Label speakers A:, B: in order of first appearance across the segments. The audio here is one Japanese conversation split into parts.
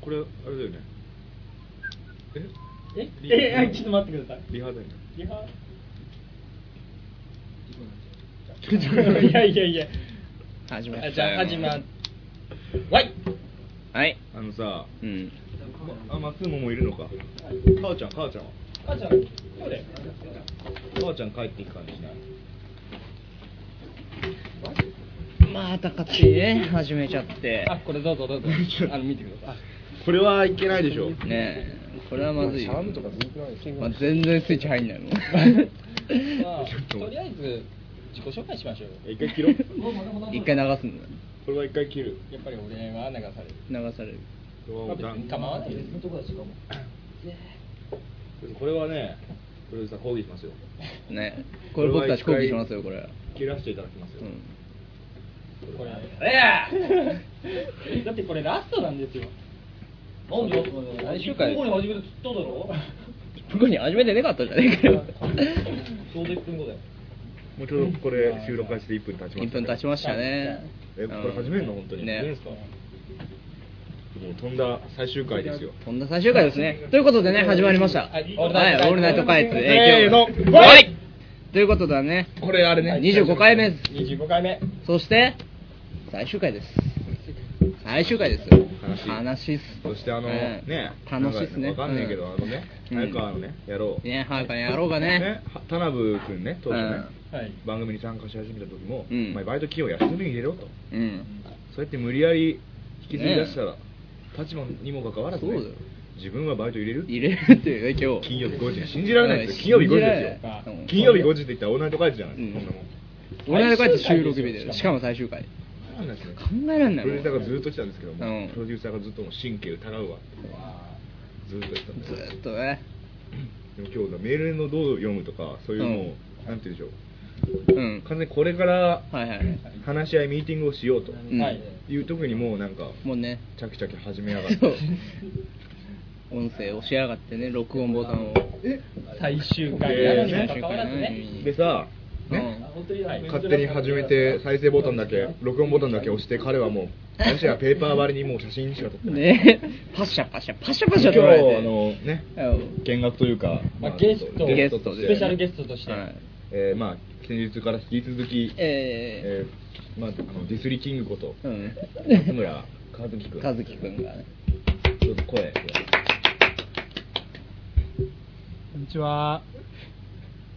A: これあれだよねえ
B: え
A: リ
B: えあちょっと待ってください
A: リハだよね
B: リハ いやいやいや
C: 始まった
B: あ
C: よ
B: じゃあ始まっわい
C: はい
A: あのさ
C: うん
A: まあ松ももいるのかかおちゃんかおちゃんは
B: あじゃあこれ
A: かおちゃん帰っていく感じしない
C: また勝手にね始めちゃって
B: あこれどう ぞどうぞあの見てください
A: これはいけないでしょ
C: ねえこれはまずいよ
D: シャームとかずるくないですか
C: まあ、全然スイッチ入んないの
B: まあ
A: ちょっと
B: とりあえず自己紹介しましょうよ
A: 一回切ろう
C: 一回流すんだ
A: これは一回切る
B: やっぱり俺は流される
C: 流される
A: これはもうダ
B: まあ別
A: ン
B: に構わないです
A: これはねこれさ抗議しますよ
C: ねこれ僕たち抗議しますよこれは
A: 切らせていただきますよ、
C: うん
B: これ
C: え
B: だってこれラストなんですよ
E: なんで
C: 最終回
E: ここに初めて釣っただろ
C: 向 こうに初めてなかったじゃねえかよ
E: ちょうど1分後だよ
A: もうちょうどこれ収録開始で1分経ちまし
C: 1
A: た、
C: 分経ちましたね
A: えこれ始めるの本当にいいん
C: ね
A: ですかもう飛んだ最終回ですよ
C: こんな最終回ですねということでね始まりました
B: は
C: はいいオ
B: オールナイト
C: ールナイトカイツ
A: せーの
C: 今日ははいということだね
A: これあれね
C: 25回目です
B: 25回目
C: そして最終回です最終回ですよ
A: 悲しい
C: しいっす
A: そしてあの
C: ええ
A: ね
C: 楽しいっすね
A: わかんないけど、
C: うん
A: あのね
C: うん
A: 早川のね野郎
C: ね早くやろうがね
A: は田辺君ね当時ね、
B: はい
A: 番組に参加し始めた時も、
C: うん
A: お前バイト企業休みに入れろと
C: うん
A: そうやって無理やり引きずり出したら、立場にもかかわらず、ね、
C: そうだよ
A: 自分はバイト入れる
C: 入れるっていうね今日
A: 金曜日5時信じられないですよ金曜日5時ですよ
B: よ
C: うん
A: 金曜日5時って言ったらオールナイトカイツじゃないですか、
C: う
A: そん
C: ん
A: なもん
C: 俺らでこうやって収録日でし
B: し
C: か
B: か
C: も
B: も
C: 最終回
A: そうなんですね
C: 考えらんない
A: プロデューサー
C: も
A: がずっと来たんですけども、
C: うん
A: プロデューサーがずっともう神経疑うわずっと言ってたん
C: う
A: です
C: ずーっとね
A: でも今日のメールのどう読むとかそういうもう、なんて言うんでしょう
C: うん
A: 完全にこれから
C: はいはい
A: 話し合いミーティングをしようと
C: うん
B: はい
A: いう時にもうなんか
C: もうね
A: チャキチャキ始めやがって
C: そう音声押しやがってね録音ボタンを
B: 最終回なのにもかかわら
C: 最終回
B: ず
C: なの
B: ね
C: に
A: でさ
C: うん
A: ね、
B: はい
A: 勝手に始めて再生ボタンだけ録音ボタンだけ押して彼はもうもしやペーパー割りにもう写真しか撮ってない、
C: ねパシャパシャパシャパシ
A: 今
C: ャ
A: 日
C: 撮られて
A: あのね
C: うん
A: 見学というか、
B: まあゲスト
C: ゲスト
A: とし
C: で
A: て
B: スペシャルゲストとして
C: はい
A: えーまあ先日から引き続き、え
C: え
A: ーまあ、あのディスリキングこと
C: ーうん
A: 松村和樹君
C: 和樹くんがね
A: ちょっと声
F: こんにちは。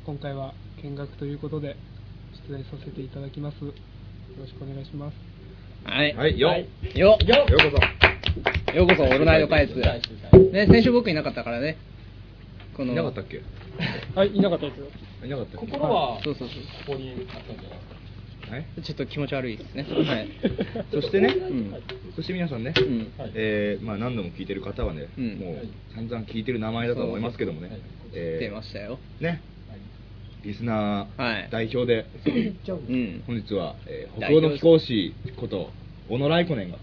F: 今回は見学ということで出題させていただきます。よろしくお願いします。
C: はい
A: はいよ、
B: はい
C: よ
A: よようこ
C: っようこそオールナイト開通
B: 最終回
C: ね先週僕いなかったからねこ
A: そ
C: の
A: いなかったっけ
F: はい、いなかったですよ。
A: いなかったっけ
B: 心は
C: そうそうそ
B: ここにあったんじゃないですか
A: はい、
C: うちょっと気持ち悪いですねはい
A: そしてね、
C: うん
A: そして皆さんね、
C: うん
B: はい
A: えーまあ、何度も聞いてる方はね、
C: うん
A: もう
B: はい
A: 散々聞いてる名前だと思いますけどもね、
B: そうはい
A: えー
C: 出ましたよ
A: ねリスナ
C: は
A: ー
C: い
A: 代表で、
C: うん
A: 本日は、えー北欧の貴公子こと小野来子 ねんが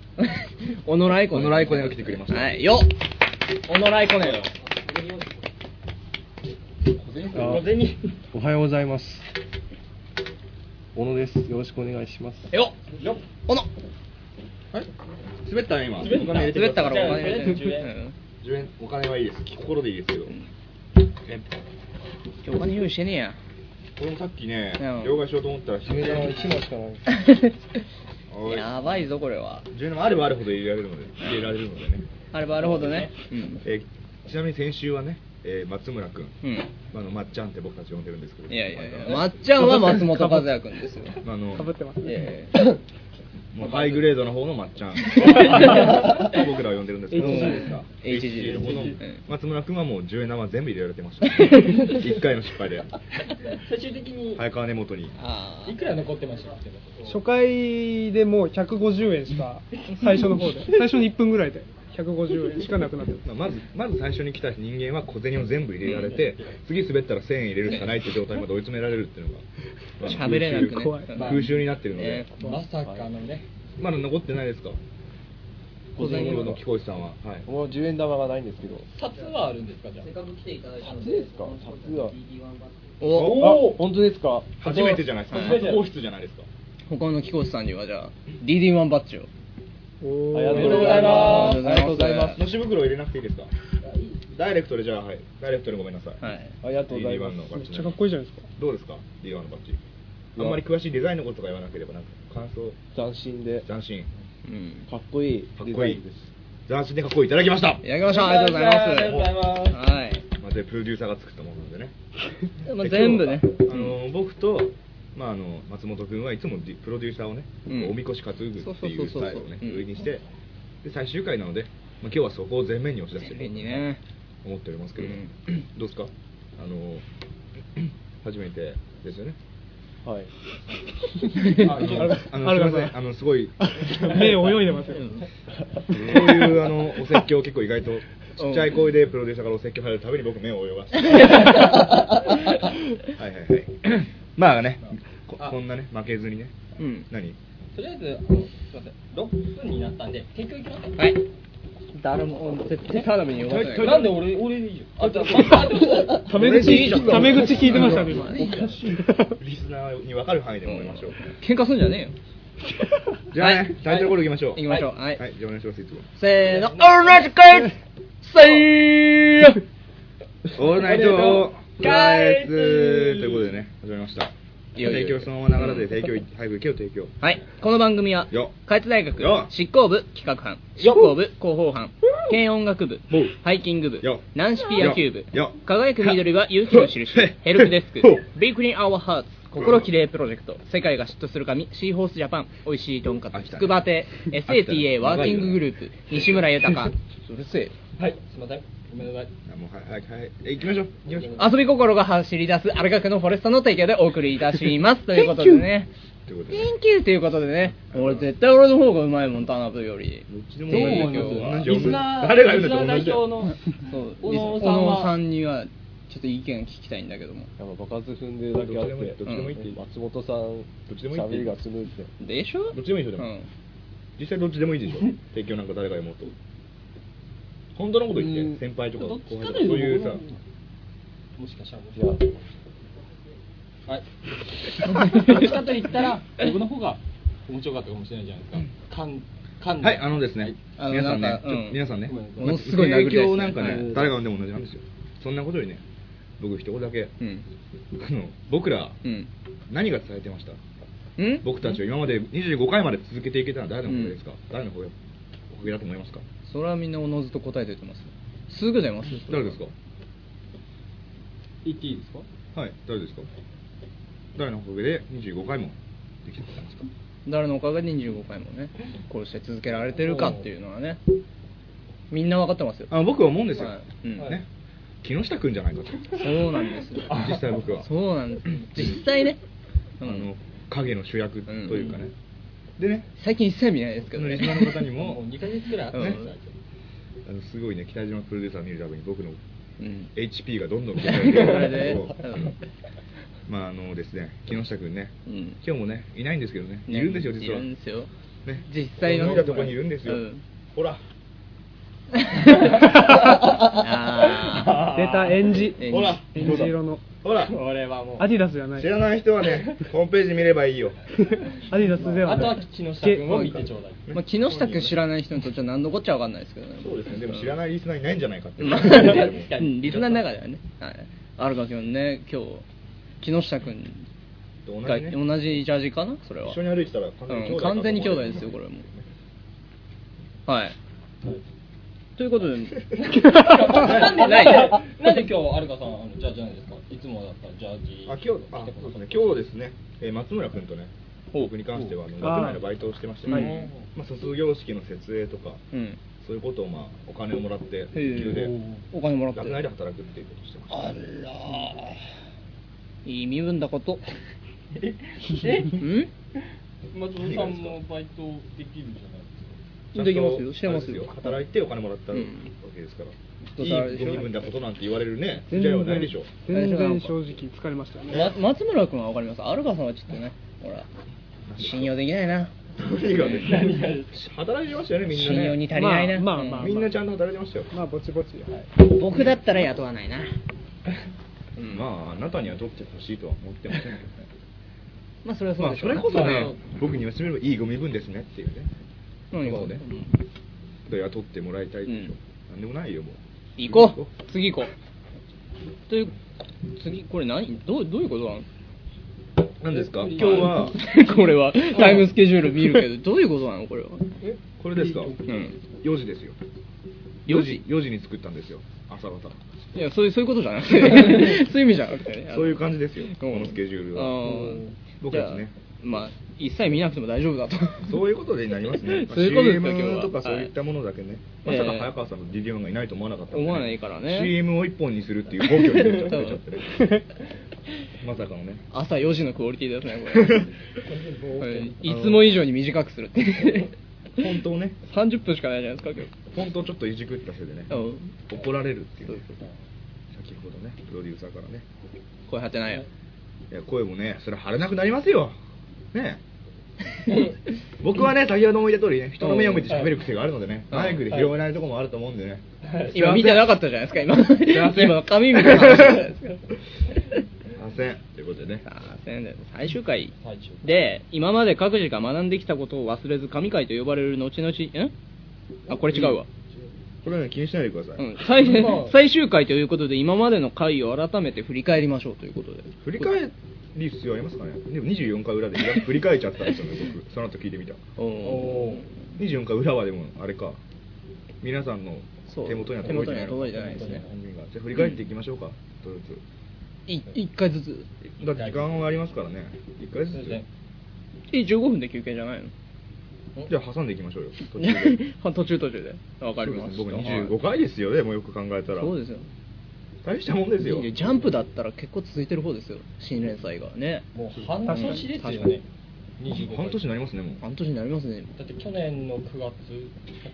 C: オノライコネン
A: 小野来子ネンが来てくれました
C: はいよっオノライコネン
B: 小銭
D: おはようございます小野ですよろしくお願いします
C: よっよオノ
A: 滑ったね今
B: 滑った
A: お金入れて
C: 滑ったからお金
B: じゃあ
C: 入れて
B: 10円
C: うん
A: 10円お金はいいです心でいいですけど、ね
C: 今日お金用意してねえや
A: 俺もさっきね
C: うん
A: 両替しようと思ったら
D: 決め玉1枚しかないです
A: おい
C: やばいぞこれは
A: 10円もあればあるほど入れられるので入れられるのでね、
C: あればあるほどねうん
A: えーちなみに先週はね、えー松村君
C: うん
A: あのまっちゃんって僕たち呼んでるんですけど
C: いやいやいやまっちゃんは松本和也君ですよ
A: まああの
F: かぶってますね。
C: え
A: もうハイグレードの方のまっ ちゃん僕らは呼んでるんですけど
C: HG ですか
A: HG の方の
C: HG
A: 松村君はもう10円玉全部入れられてま した一回の失敗で
B: 最終的に
A: 早川根元に
C: えああ
B: いくら残ってましたっけ
F: 初回でもう150円しか、最初の方で、 最初の1分ぐらいで150円しかなくなって ます。
A: まあまずまず最初に来た人間は小銭を全部入れられて次滑ったら1000円入れるしかないって状態まで追い詰められるっていうのがまあ
C: 喋れなくね
A: 空襲空襲になってるので
C: ね
B: まさかのね
A: まだ残ってないですか小銭の貴公子さんははい
D: もう10円玉がないんですけど
B: 札はあるんですかじゃあ
D: 札ですか札は
C: お
D: あ本当ですか
A: 初めてじゃないですか
B: 初めて
A: 初皇室じゃないですか
C: 他の貴公子さんにはじゃあ DD1 バッジを
E: ありが
B: とうございます
C: ありがとうございます
A: のし袋入れなくていいですかダイレクトでじゃあはいダイレクトでごめんなさい
C: はい
D: ありがとうございます
A: D1 のバ
F: め
A: ッ
F: っ
A: ジ
F: ちゃかっこいいじゃないですか
A: どうですか D1 のバッジあんまり詳しいデザインのこととか言わなければなんか感想
D: 斬新で
A: 斬新
C: うん
D: かっこいい
A: かっ
D: デ
A: こ
D: ザ
A: い
D: イ
A: い
D: ンです
A: 斬新でかっこいいいただきました
C: いただきましょうありがとうございます
E: ありがとうございます
C: はい
A: まあ、でプロデューサーが作ったものなんでね
C: まあ
A: で
C: 全部ね
A: 今日はあの僕と、まあ、あの松本君はいつもディプロデューサーをね、
C: うん
A: おみこし担ぐって
C: そうそう
A: い
C: そううそ
A: ス
C: う
A: タイルをね
C: うん
A: 上にしてで最終回なので、まあ、今日はそこを全面に押し出して
C: 全
A: る
C: 面にね
A: 思っておりますけれども、
C: う
A: どうですかあの 初めてですよね
D: はい
F: ある
A: あのあのすいま
F: か
A: せ
F: ら
A: んあのすごい
F: 目泳いでますよ
A: そういうあのお説教を結構意外とちっちゃい声でプロデューサーからお説教されるたびに僕目を泳が してはいはいはいまあねここんなね負けずにね
C: うん
A: 何
B: とりあえず、あのすいません、6分になったんで、結局行きます
C: はい誰も絶対タラミに呼ばせない
B: なんで俺、俺でいいよ。あ、じゃあ、あでも
F: タメ口タメ口聞いてましたね今
A: リスナーに分かる範囲で思いましょう、
C: 喧嘩すんじゃねえよ
A: じゃあね、
C: はい
A: タイトルコールいきましょう
C: 行きましょうはい
A: はい、じゃあお願いしますいつも
C: せーのオールナイトカイツせー
A: オールナイトガイツということでね始まりました
C: いよいよ
A: 提供そのまま流れで提供早く行けよ提供
C: はい、この番組は
A: よ、
C: 開津大学
A: よ
C: 執行部企画班、執行部広報班、軽音楽部
A: よ、
C: ハイキング部
A: よ、
C: 軟式野球部
A: よ、
C: 輝く緑は勇気の印
A: ふっ、
C: ヘルプデスク
A: ふっ、
C: ビークリーンアワーハーツ、心きれいプロジェクト、世界が嫉妬する神、シーホースジャパン、おいしいとんか
A: 飽き
C: つ、
A: たね
C: 筑波亭、SATA ワーキンググループ、西村 豊、うるせえ。
B: はい、すいません。ごめんなさい。
A: あもうはいはいはいえ行きましょう行きましょう
C: 遊び心が走り出す、アルカクのフォレストの提供でお送りいたします。ということでね、
A: ということで
C: Thank you ということでね、俺絶対俺の方がうまいもん、タナブより。
A: どっちでも
C: どう
A: 同じ
C: 思います
A: 同じ
E: リスナー、
A: 誰が言うんだって同じ
E: リス
A: だ
E: ナー代
A: よ
E: 表の
C: そう
E: 小
C: 小
E: 野
C: 野
E: さんは
C: さんにはちょっと意見聞きたいんだけども
D: やっぱ爆発踏んでるだけあって
A: どっ
C: ちでもいいどっちでもいい
A: って
D: 松本さん
A: どっちでもいいって
D: 喋りがスムーズで
C: でしょ
A: どっちでもいいでしょ
C: う
A: でも
C: ん
A: 実際どっちでもいいでしょ提供なんか誰が読もうと本当のこと言って先輩とか
B: ど
A: 後
B: っ
A: 輩
B: ち
A: とか
B: か
A: そ
B: と
A: う
B: い
A: いうう
B: と
A: さ
B: もしかしたらもし
D: じゃあ
B: はい。どっちかと言ったら、僕の方が面白かったかもしれないじゃないですか。かん、かんで
A: はいあのですね
C: あの
A: 皆さん
C: な
A: ね
C: ん
A: ち
C: か
A: ょ
C: うん
A: 皆さんね
C: ものすごい殴り出して
A: 影響なんか
C: はい
A: ね誰が読んでも同じなんですよそんなことよりね僕一言だけ
C: うん
A: あの僕ら
C: うん
A: 何が伝えてました
C: うん
A: 僕たちは今まで25回まで続けていけたのは誰のおかげですか誰のおかげおかげだと思いますか
C: それはみんなおのずと答えて言ってますよすぐ出ますよ
A: 誰ですか
B: 言っていいですか
A: はい誰ですか誰のおかげで25回もできてたんですか
C: 誰のおかげで25回もねこうして続けられてるかっていうのはねみんな分かってますよ
A: あ僕は思うんですよ、
C: はいうん
A: ね、木下君じゃないかと
C: そうなんですよ
A: 実際僕は
C: そうなんです実際ね
A: あ
C: うん
A: の影の主役というかね、でね
C: 最近一切見ないですけ
A: この
C: どね
A: リスナーの方に
B: も
A: も
B: う2ヶ月くらいあったんですよ
C: うん
A: あのすごいね北島プロデューサー見るたびに僕の
C: うん、
A: HP がどんどん
C: これでうん
A: まああのですね木下君ね
C: うん
A: 今日もねいないんですけどねいるんですよ実はい
C: るんですよ
A: ね
C: 実際の
A: 見たとこにいるんですよ、
C: うん
A: ほら
C: あ
F: 出たエンジ
C: ー
A: ほら
F: エンジ色の
A: ほら
B: これはもう。
F: アディダスじゃない
A: 知らない人はねホームページ見ればいいよ
F: アディダスでは
B: あと
F: な
B: はい木下君を見てちょうだい。
C: まあ、木下君知らない人にとっては何のこっちゃわかんないですけどね
A: そうですねでも知らないリスナーいないんじゃないかって、
C: まあ
B: 確か
C: う
B: に
C: んリスナーの中ではね、はい、アルカ君ね今日木下君
A: 同
C: が
A: じね
C: 同じジャージかなそれは
A: 一緒に歩いてたら完全に兄弟だと思う
C: うん完全に兄弟ですよこれもはいということでない
B: なんで今日、アルカさん、あのジャージないですかいつもだったらジャージ。
A: あ今日あそうですね今日ですね、えー松村君とね僕に関してはあの
F: あー
A: 学内のバイトをしてまして、
C: はい
A: まあ、卒業式の設営とか
C: うん
A: そういうことをまあお金をもらって
C: へー
A: 給で
C: お金もらって
A: 学内で働くっていうことをしてまし
C: あらいい身分だこと
B: え
C: うん
B: 松本さんもバイトできるじゃないですか。
A: た
C: できますよしてますよ
A: ちゃんとあれで働いてお金もらったわけですから、
C: うん
A: いいご身分だことなんて言われるね
F: 全
A: じゃあ
F: 然
A: はないでしょう
F: 全然正直疲れましたね
C: ま、松村君は分かりますアルカさんはちょっとねほら信用できないな
A: 何がね何が働いてましたよねみんなね
C: 信用に足りないな、
F: まあまあまあ
A: みんなちゃんと働いてましたよ、
F: まあぼちぼち
C: うん僕だったら雇わないな
A: まああなたには取ってほしいとは思ってませんけどね
C: まあそれはそう
A: まあ
C: でし
A: そ
C: ょう
A: れ
C: ね
A: こそね僕に言わせてみればいいご身分ですねっていうね
C: 何が
A: そうね雇ってもらいたいでしょ、
C: うん
A: なんでもないよもう
C: 行こう次行こうという次これ何どうどういうことなの
A: 何ですか今日は
C: これはタイムスケジュール見る けどどういうことなのこれは
A: これですか
C: うん
A: 4時ですよ
C: 4時
A: ,4 時に作ったんですよ朝方
C: いやそういうそういうことじゃ なくてそういう意味じゃなくてね
A: そういう感じですよ
C: うん
A: このスケジュールは
C: うん
A: 僕たちね
C: じゃあまあ一切見なくても大丈夫だと
A: そういうことになります ね
C: そういうことですか
A: CM
C: 今日
A: とか
C: は
A: そういったものだけね、
C: はい
A: まさか早川さんの DD1 がいないと思わなかったんでね
C: 思わないからね
A: CM を一本にするっていう暴挙に出ちゃっ
C: 多分
A: てまさかのね
C: 朝4時のクオリティですねこれこれいつも以上に短くするって
A: 本当ね
C: 30分しかないじゃないですか今
A: 本
C: 日
A: 当ちょっといじくったせいでね
C: うん
A: 怒られるっていう,、
C: そう
A: ね、先ほどねプロデューサーからね
C: 声張っ てないよ
A: いや声もねそれは腫れなくなりますよねえ僕はね先ほども言った通りね人の目を見て喋る癖があるのでね
C: うん
A: マイクで拾えないとこもあると思うんでね
C: 今見てなかったじゃないですか今
A: ません
C: 今紙見てなかったじゃないですか
A: あせんということでね
C: さあ仙台の最終回
E: 最終
C: で今まで各自が学んできたことを忘れず神回と呼ばれる後々んあこれ違うわ、
A: これはね気にしないでください、
C: うん、最 最終回ということで今までの回を改めて振り返りましょうということで
A: 振り返る必要ありますかねでも24回裏で振り返っちゃったんですよね 僕その後聞いてみた
C: おお
A: 24回裏はでもあれか皆さんの
C: そう
A: 手元には届いてないの
C: 手元には届いてないですね
A: じゃあ振り返っていきましょうか、とりあ
C: い一回ずつ
A: えずだって時間はありますからね1回ずつ
E: ね
C: え15分で休憩じゃないの
A: じゃあ挟んでいきましょうよ途中で
C: 途中途中でわかりました
A: そうですね僕25回ですよねもうよく考えたら
C: そうですよ
A: 大したもんですよ
C: ジャンプだったら結構続いてる方ですよ新連載がね
E: もう半年ですよね。25
A: 半年になりますねもう
C: 半年になりますね
E: だって去年の9月。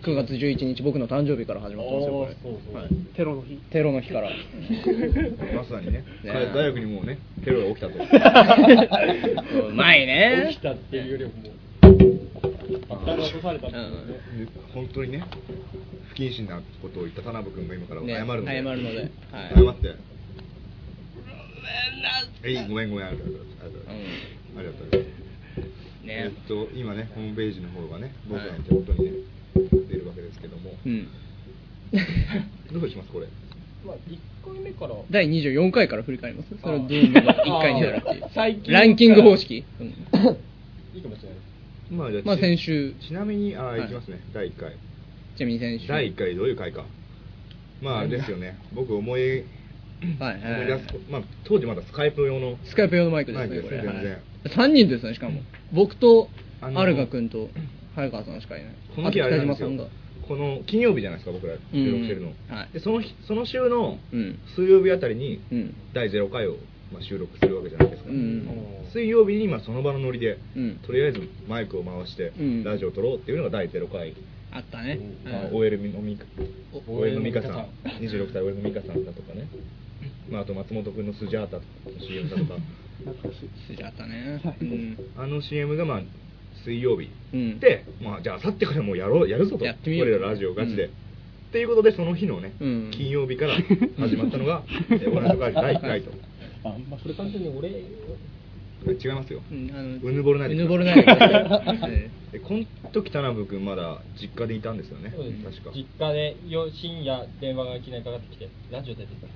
C: 9月11日僕の誕生日から始まってますよこれ
E: あーそうそう
C: はい、
F: テロの日
C: テロの日から
A: まさにね
C: ね
A: 大学にもうねテロが起きたと
C: うまいね
E: 起きたっていうよりももう。爆弾が落とされたっていうね。
A: で本当にね不謹慎なことを言った田辺君が今から謝るので、
C: ね謝るのではい
A: 謝ってえいごめんごめんありがとうありがとうありがとう
C: ね
A: えっと今ねホームページの方がね僕らの手元にね、出るわけですけども、
C: うん
A: どうしますこれ
E: まあ一回目から。
C: 第24回から振り返りますそれをどう見れば1回になるっていう
E: あー最近
C: ランキング方式、うん
E: いいかもしれない。
A: まあじゃあ、
C: まあ
A: ち
C: 先週
A: ちなみにあ
C: はい
A: いきますね、第1回
C: ちなみに先週
A: 第1回どういう回かまああれですよね僕思い
C: はいはい
A: 思い出すこまあ当時まだスカイプ用の
C: スカイプ用のマイクです
A: マ
C: ね
A: イク
C: こ
A: で
C: れ、
A: すね
C: はい
A: 全、
C: 3人ですねしかも僕と
A: あの
C: アルガ君と早川さんしかいない
A: この日あれなんですよ
C: あと北島さんが
A: この金曜日じゃないですか僕ら収録してるの、
C: うんはい
A: でその日その週の
C: うん
A: 水曜日あたりに
C: うん
A: 第0回をまあ収録するわけじゃないですか、
C: うん
A: 水曜日にまあその場のノリで、
C: うん
A: とりあえずマイクを回して
C: うん
A: ラジオを撮ろうっていうのが第0回、
C: あったね、
A: まあ、
C: うん
A: OL のみか
E: お
A: OL のみかさん
E: さん
A: 26歳 OL のみかさんだとかね、まあ、あと松本君のスジャータの CM だとか
F: 懐かしい
C: 筋あったねうん
A: あの CM がまあ水曜日、
C: うん
A: で、まあ、じゃあ明後日からもうやろうやるぞと
C: やってみよう
A: 俺らラジオガチで、
C: うん
A: っていうことでその日のね、
C: うん
A: 金曜日 から始まったのが「えー俺の会第1回と
E: あんまそれ完全に俺。
A: 違いますよ、
C: うんあの
A: うぬぼれないで
C: う
A: ください
C: ぬぼれ ないでえ
A: でこの時田辺君まだ実家でいたんですよね
E: そうで
A: 確
E: す
A: か
E: 実家でよ深夜電話がいきなりかかってきてラジオ出てくれ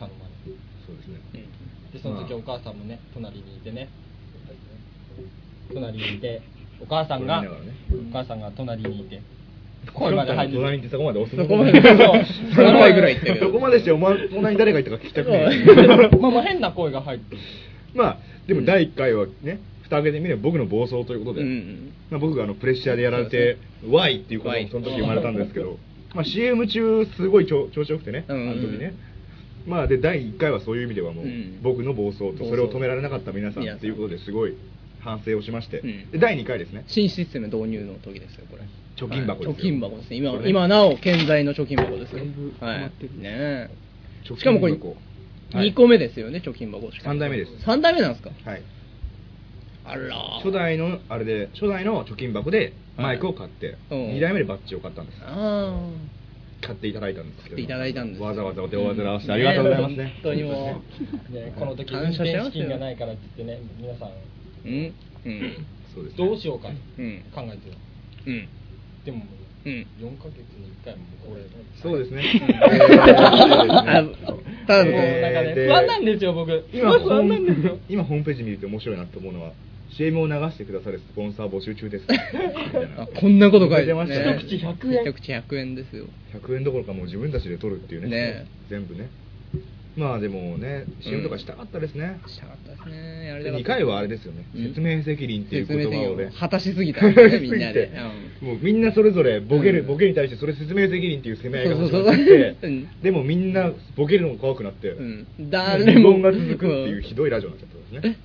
E: 頼まれて
A: そうですね
C: えうん
E: でその時
A: まあ
E: お母さんもね隣にいてね隣にいてお母さんが、
A: これ見ながらね
E: お母さんが隣にいて
A: こ
E: 声まで入って
A: 隣にってそこまで押すの
C: そこまで
E: そう
C: 3回ぐらい行ったけど
A: そこまでしてお前隣に誰がいたか聞きたくない
E: まあまあ変な声が入って
A: まあでも第1回はね蓋開けてみれば僕の暴走ということで、
C: うんうん
A: まあ、僕があのプレッシャーでやられて「Y」っていうこと
C: Why
A: もその時生まれたんですけど、まあ、CM 中すごい調調子よくてねあ
C: うんうん
A: の時ね、まあで第1回はそういう意味ではもう
C: うん
A: 僕の暴走とそれを止められなかった皆さん
C: 皆さん
A: ということですごい反省をしまして、
C: うん
A: で第2回ですね
C: 新システム導入の時ですよこれ
A: 貯金箱ですよ
C: はい貯金箱ですね今
A: これね
C: 今なお健在の貯金箱ですよ
F: だいぶ溜
C: は
F: ま
C: い
F: ってる
C: ね
A: 貯金箱
C: えしかもこれ
A: はい
C: 2個目ですよね貯金箱しかも
A: 三代目です
C: 三代目なんですか
A: はい
C: あら
A: 初代のあれで初代の貯金箱でマイクを買って、
C: はいうん
A: 2代目でバッジを買ったんです
C: あ
A: 買っていただいたんですけ
C: あ
A: ど
C: いただいたんです
A: わざわざお手を煩わせてありがとうございますね
C: 本当にも
E: ねこの時運
C: 感謝し
E: 転
C: ますよ
E: 資金がないからって言ってね皆さん
C: ううんうん
A: そうですね
E: どうしようか考
C: うん
E: えてる
C: うん
E: でも
C: うん
E: 4ヶ月に1回もこれ
A: そうですね。
E: な
C: あただの
E: んかね
A: で
E: 不安なんですよ僕
A: 今
E: すごい不安なんですよ
A: 今ホームページ見ると面白いなと思うのは CM を流してくださるスポンサー募集中ですみたいな
C: あこんなこと書いて
A: 出ましたね
E: 一口100円
C: 一口100円ですよ
A: 100円どころかもう自分たちで取るっていうね
C: ね
A: 全部ねまあでもね CM とかしたかったですね、
C: したかったですねやりたかった
A: 2回はあれですよね、
C: うん
A: 説明責任っていう言葉を
C: 説明責
A: ね
C: 任を果たしすぎたんだよね
A: 果たしすぎて
C: みんな でう
A: もうみんなそれぞれボケる、
C: うん
A: ボケに対してそれ説明責任っていう攻め合いが始
C: そう
A: まっ
C: そうそう
A: て
C: うん
A: でもみんなボケるのも怖くなって、
C: うん誰も
A: 疑問が続くっていうひどいラジオになっちゃったんですね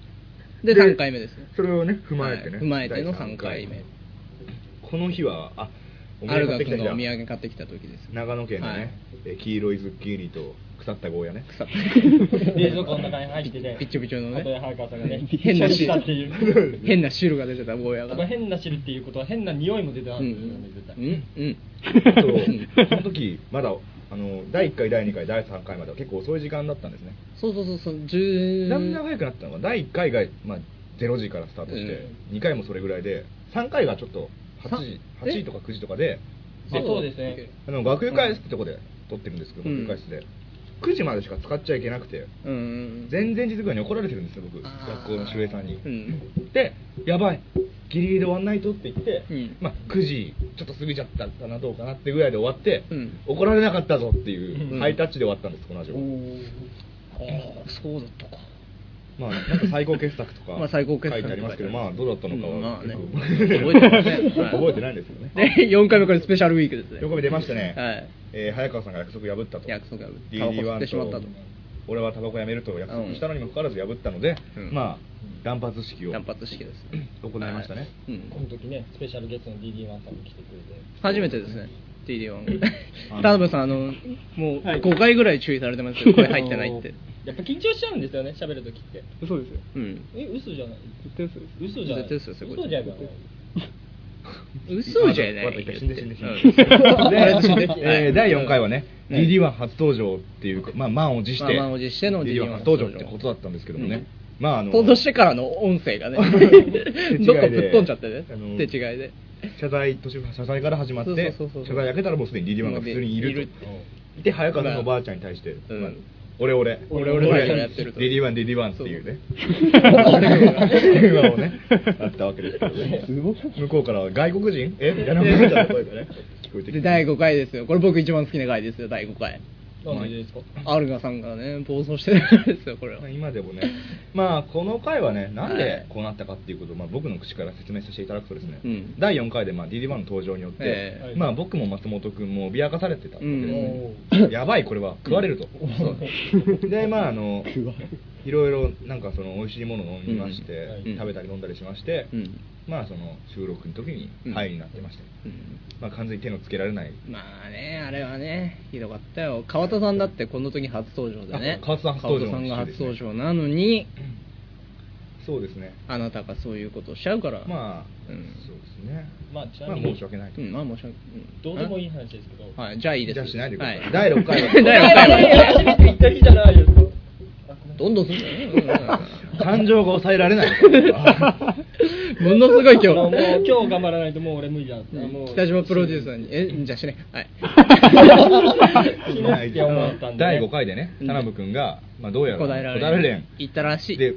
C: で
A: で
C: 3回目ですよ
A: それをね踏まえてね、
C: はい踏まえての
A: 第三
C: 3回目
A: この日はあお土
C: アル
A: 産買
C: ガ
A: ってきた
C: 君
A: 日
C: が
A: だ
C: お土産買ってきた時です
A: 長野県のね、
C: はい
A: え黄色いズッキーニと腐ったゴーヤね
C: 腐っ
E: 冷蔵庫の中に入ってて
C: ピッチョピチョのね
E: あとで早川さんがね
C: 変な
E: 処理した
C: 汁
E: っていう
C: 変な汁が出てた坊や
E: こ
C: が
E: の変な汁っていうことは変な匂いも出てた
C: うん
E: ですよね絶対
C: んうん
A: あとその時まだあの第1回第2回第3回までは結構遅い時間だったんですね
C: そうそうそうそう10
A: だんだん早くなったのが第1回が、まあ、0時からスタートして、2回もそれぐらいで3回がちょっと8時
C: さ
A: 8時とか9時とかで
E: あそうですね
A: あの学友会室ってとこで撮ってるんですけど、
C: う
A: 学友
C: ん
A: 会室で9時までしか使っちゃいけなくて
C: うんうん
A: 前々日ぐらいに怒られてるんですよ僕
C: あー
A: 学校の守衛さんに、
C: うん
A: でやばいギリギリで終わんないとって言って、
C: うん
A: まあ、9時ちょっと過ぎちゃったかなどうかなってぐらいで終わって、
C: うん
A: 怒られなかったぞっていう、
C: うん
A: ハイタッチで終わったんですこのラジオ、
C: ああそうだったか
A: まあ、なんか最高傑作とか
C: まあ最高傑作
A: 書いてありますけど、まあ、どうだったのか
C: うんま
A: は
C: あね
A: よく
C: 覚えてませんは い
A: 覚えてないんですけど ね
C: で4回目からスペシャルウィークですね
A: 横目出ましたね、
C: はい
A: えー早川さんが約束破ったと
C: 約束破ったタバコ
A: DD1
C: 吸ってしまったと
A: 俺はタバコやめると約束したのにもかかわらず破ったので、
C: うん
A: まあ断髪式を
C: 断髪式です
A: 行いましたね、
C: はいうん
E: この時ねスペシャルゲストの DD1 さんも来てくれて
C: 初めてですね DD1
A: あの
C: 田辺さんあのもう5回ぐらい注意されてますよ声入ってないって
E: やっぱ緊張しちゃうんですよね喋る時って
F: 嘘ですよ
C: うん
E: え嘘じゃない
F: 絶対嘘です
E: 嘘じゃない
C: 絶対嘘ですよこれ
E: 嘘じゃない
C: 嘘じゃない
A: あの
C: よ
A: 死んで死んで死 んで
C: うん
A: で
C: とりあえず死んで
A: えー第4回はね、
C: はい
A: DD1 初登場っていうか、まあ、満を持して、
C: まあ満を持しての DD1
A: DD1 初登場ってことだったんですけどもね、
C: うん
A: まああの
C: 登場してからの音声がね
A: 手違いで
C: どっかぶっ飛んじゃってね
A: あの
C: 手違いで
A: 謝罪途中謝罪から始まって
C: そうそうそうそう
A: 謝罪開けたらもうすでに DD1 が普通にい
C: い
A: る
C: る
A: といて早川さんのおばあちゃんに対して、
C: うん
A: まあ俺俺
C: 俺俺
A: 俺
C: 俺やってると
A: DD1DD1 っていうね電話をねあったわけですけどね向こうからは外国人えみたいなおばあちゃんの声がね聞こえてき
C: で
A: て
C: 第5回ですよこれ僕一番好きな回ですよ第5回
E: なんでですか
C: アルガさんがね暴走してる回ですよこれは
A: まあ今でもね、まあこの回はね、なん
C: は
A: で
C: い
A: こうなったかっていうことを、まあ、僕の口から説明させていただくとですね、
C: うん
A: 第4回で、まあ、DD1 の登場によって、
C: え
A: まあ、僕も松本君も脅かされてたわけですね、 やばい、これは食われると、で、まああの、 いろいろなんかその美味しいものを飲みまして、
C: うん
A: 食べたり飲んだりしまして、
C: うん
A: まあその収録の時に
C: うん
A: ハイになってました、
C: うん
A: まあ、完全に手のつけられない、
C: まあねあれはねひどかったよ川田さんだってこの時初登場でね
A: あ川田さん初登場
C: 川田さんが初登場なのに
A: そうですね、
C: あなたがそういうことをしちゃうから
A: まあ、
C: うん
A: そうですね、
E: まあち
A: ま
E: な
A: あ
E: みに
A: 申し訳ないと。
C: うんまあ申し訳
E: どうでもいい話ですけど
C: あ はいじゃあいいです
A: じゃあしないでください
C: は
A: 第六回は
C: 第六回は
E: 初めて言った日じゃないですか
C: どんどんすんだよね
A: 感情が抑えら れない
C: うん ものすごい今日
E: もう今日頑張らないともう俺無理だもう
C: 北島プロデューサーにえじゃあしないはい
E: 死ぬって思ったんで
A: 第5回でね田辺君が、まあ、どうやら
C: 小
A: 小
C: 平
A: 平
C: 連
A: 連
C: 行ったらしい
A: で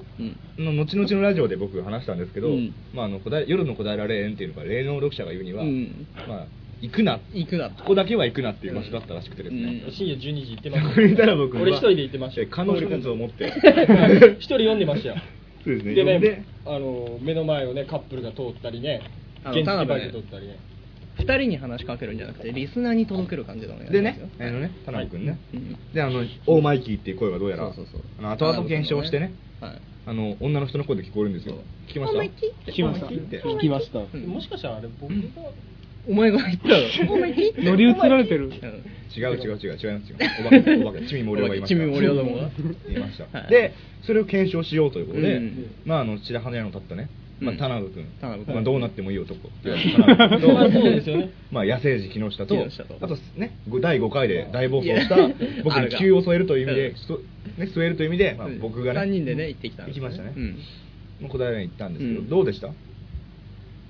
C: うん
A: の後々のラジオで僕話したんですけど、
C: うん
A: まあ、あの小平夜の小平連っていうのが霊能力者が言うには、
C: うん
A: まあ、行くな
C: 行くな
A: ここだけは行くなっていう場所だったらしくてですね、
E: 深夜12時行ってまし
A: それに田辺君は
E: 俺一人で行ってましたよ
A: 可能性物を持って
E: 一人読んでましたよ
A: そうですね
E: で
A: 呼ん
E: ね
A: で、
E: あの目の前をねカップルが通ったりね
C: あの
E: 原付
C: 田
E: バ
C: 辺
E: イ
C: ね
E: ク通ったりね
C: 二人に話しかけるんじゃなくてリスナーに届ける感じのお願い
A: で
C: しま
A: ね
C: すよ
A: あのね田辺君ね、
C: うん
A: であのオーマイキーっていう声がどうやら
C: そうそうそう
A: あの後々検証してね
C: はい
A: あの女の人の声で聞こえるんですよ
C: そう
A: 聞きました
F: 聞きました
A: 聞
F: きました
C: うん
E: もしかしたらあれ僕が
C: お前が言ったよ
F: 乗り移られてる
A: 違う違う違う違い ますよ。お化けお化けチミモリオがいました。
C: チミモリオどもが
A: いました。
C: はい
A: でそれを検証しようということで、
C: うん
A: まああの白羽の矢の立ったね。まあ、
C: うん
A: 田辺君、
C: 田辺君
A: まあ、どうなってもいい男、田 辺君
E: まあそうですよね
A: まあ、野生児木下と
C: 木下と
A: あと、ね、ご第5回で大暴走した
C: いや
A: 僕
C: ある
A: に
C: が
A: 急を添えるという意味
C: う
A: で
C: ん、
A: そね、添えるという意味で、まあ
C: うん、
A: 僕がね
C: 三人でね行ってきたんです
A: 行きましたね、
C: うん
A: もう小平に行ったんですけど、
C: うん
A: どうでした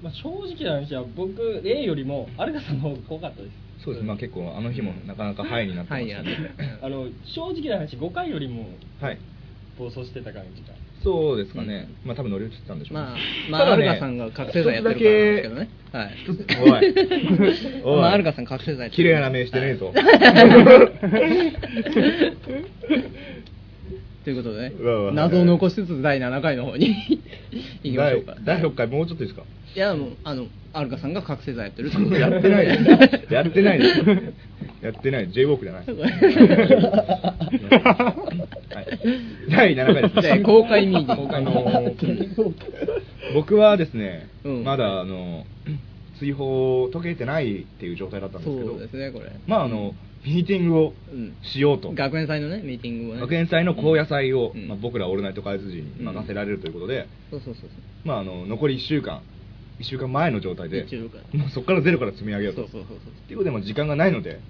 E: まあ、正直な話は僕 A よりもアルカさんの方が濃かったです
A: そうですね、まあ、結構あの日もなかなかハイになってま
C: は
A: し
C: い
A: た
C: や
A: ね
E: あの正直な話5回よりも
A: はい
E: 暴走してた感じが
A: そうですかね、まあ多分乗り移ったんでしょうね
C: まあ、ま
A: た
C: あ、
A: だ
C: アル
A: ね
C: カさんが覚醒剤やってるからなんですけどね。はい。
A: 一つおいおい
C: まあ、アルカさん覚醒剤やって
A: 綺
C: る
A: 麗な目してねえぞ
C: ということでね
A: うわうわ、
C: 謎を残しつつ第7回の方に 行きましょうか。
A: 第6回もうちょっといいですか
C: いや、もう、あの、アルカさんが覚醒剤やってる
A: やってないですやってないですやってない j ウォークじゃ ないはい第7回です
C: で公開ミーティング
A: 公開の僕はですね、
C: うん
A: まだあの追放解けてないっていう状態だったんですけど
C: そうですねこれ
A: まああのミーティングを
C: うん
A: しようと、
C: 学園祭のね、ミーティングをね。
A: 学園祭の高野祭を、
C: うん
A: まあ、僕らオールナイト開通時に任せられるということで、
C: そうそうそうそう。
A: まあ、あの残り1週間1週間前の状態で
C: 一応か
A: もうそこからゼロから積み上げようと
C: そうそうそうそう
A: っていうことでもう時間がないので、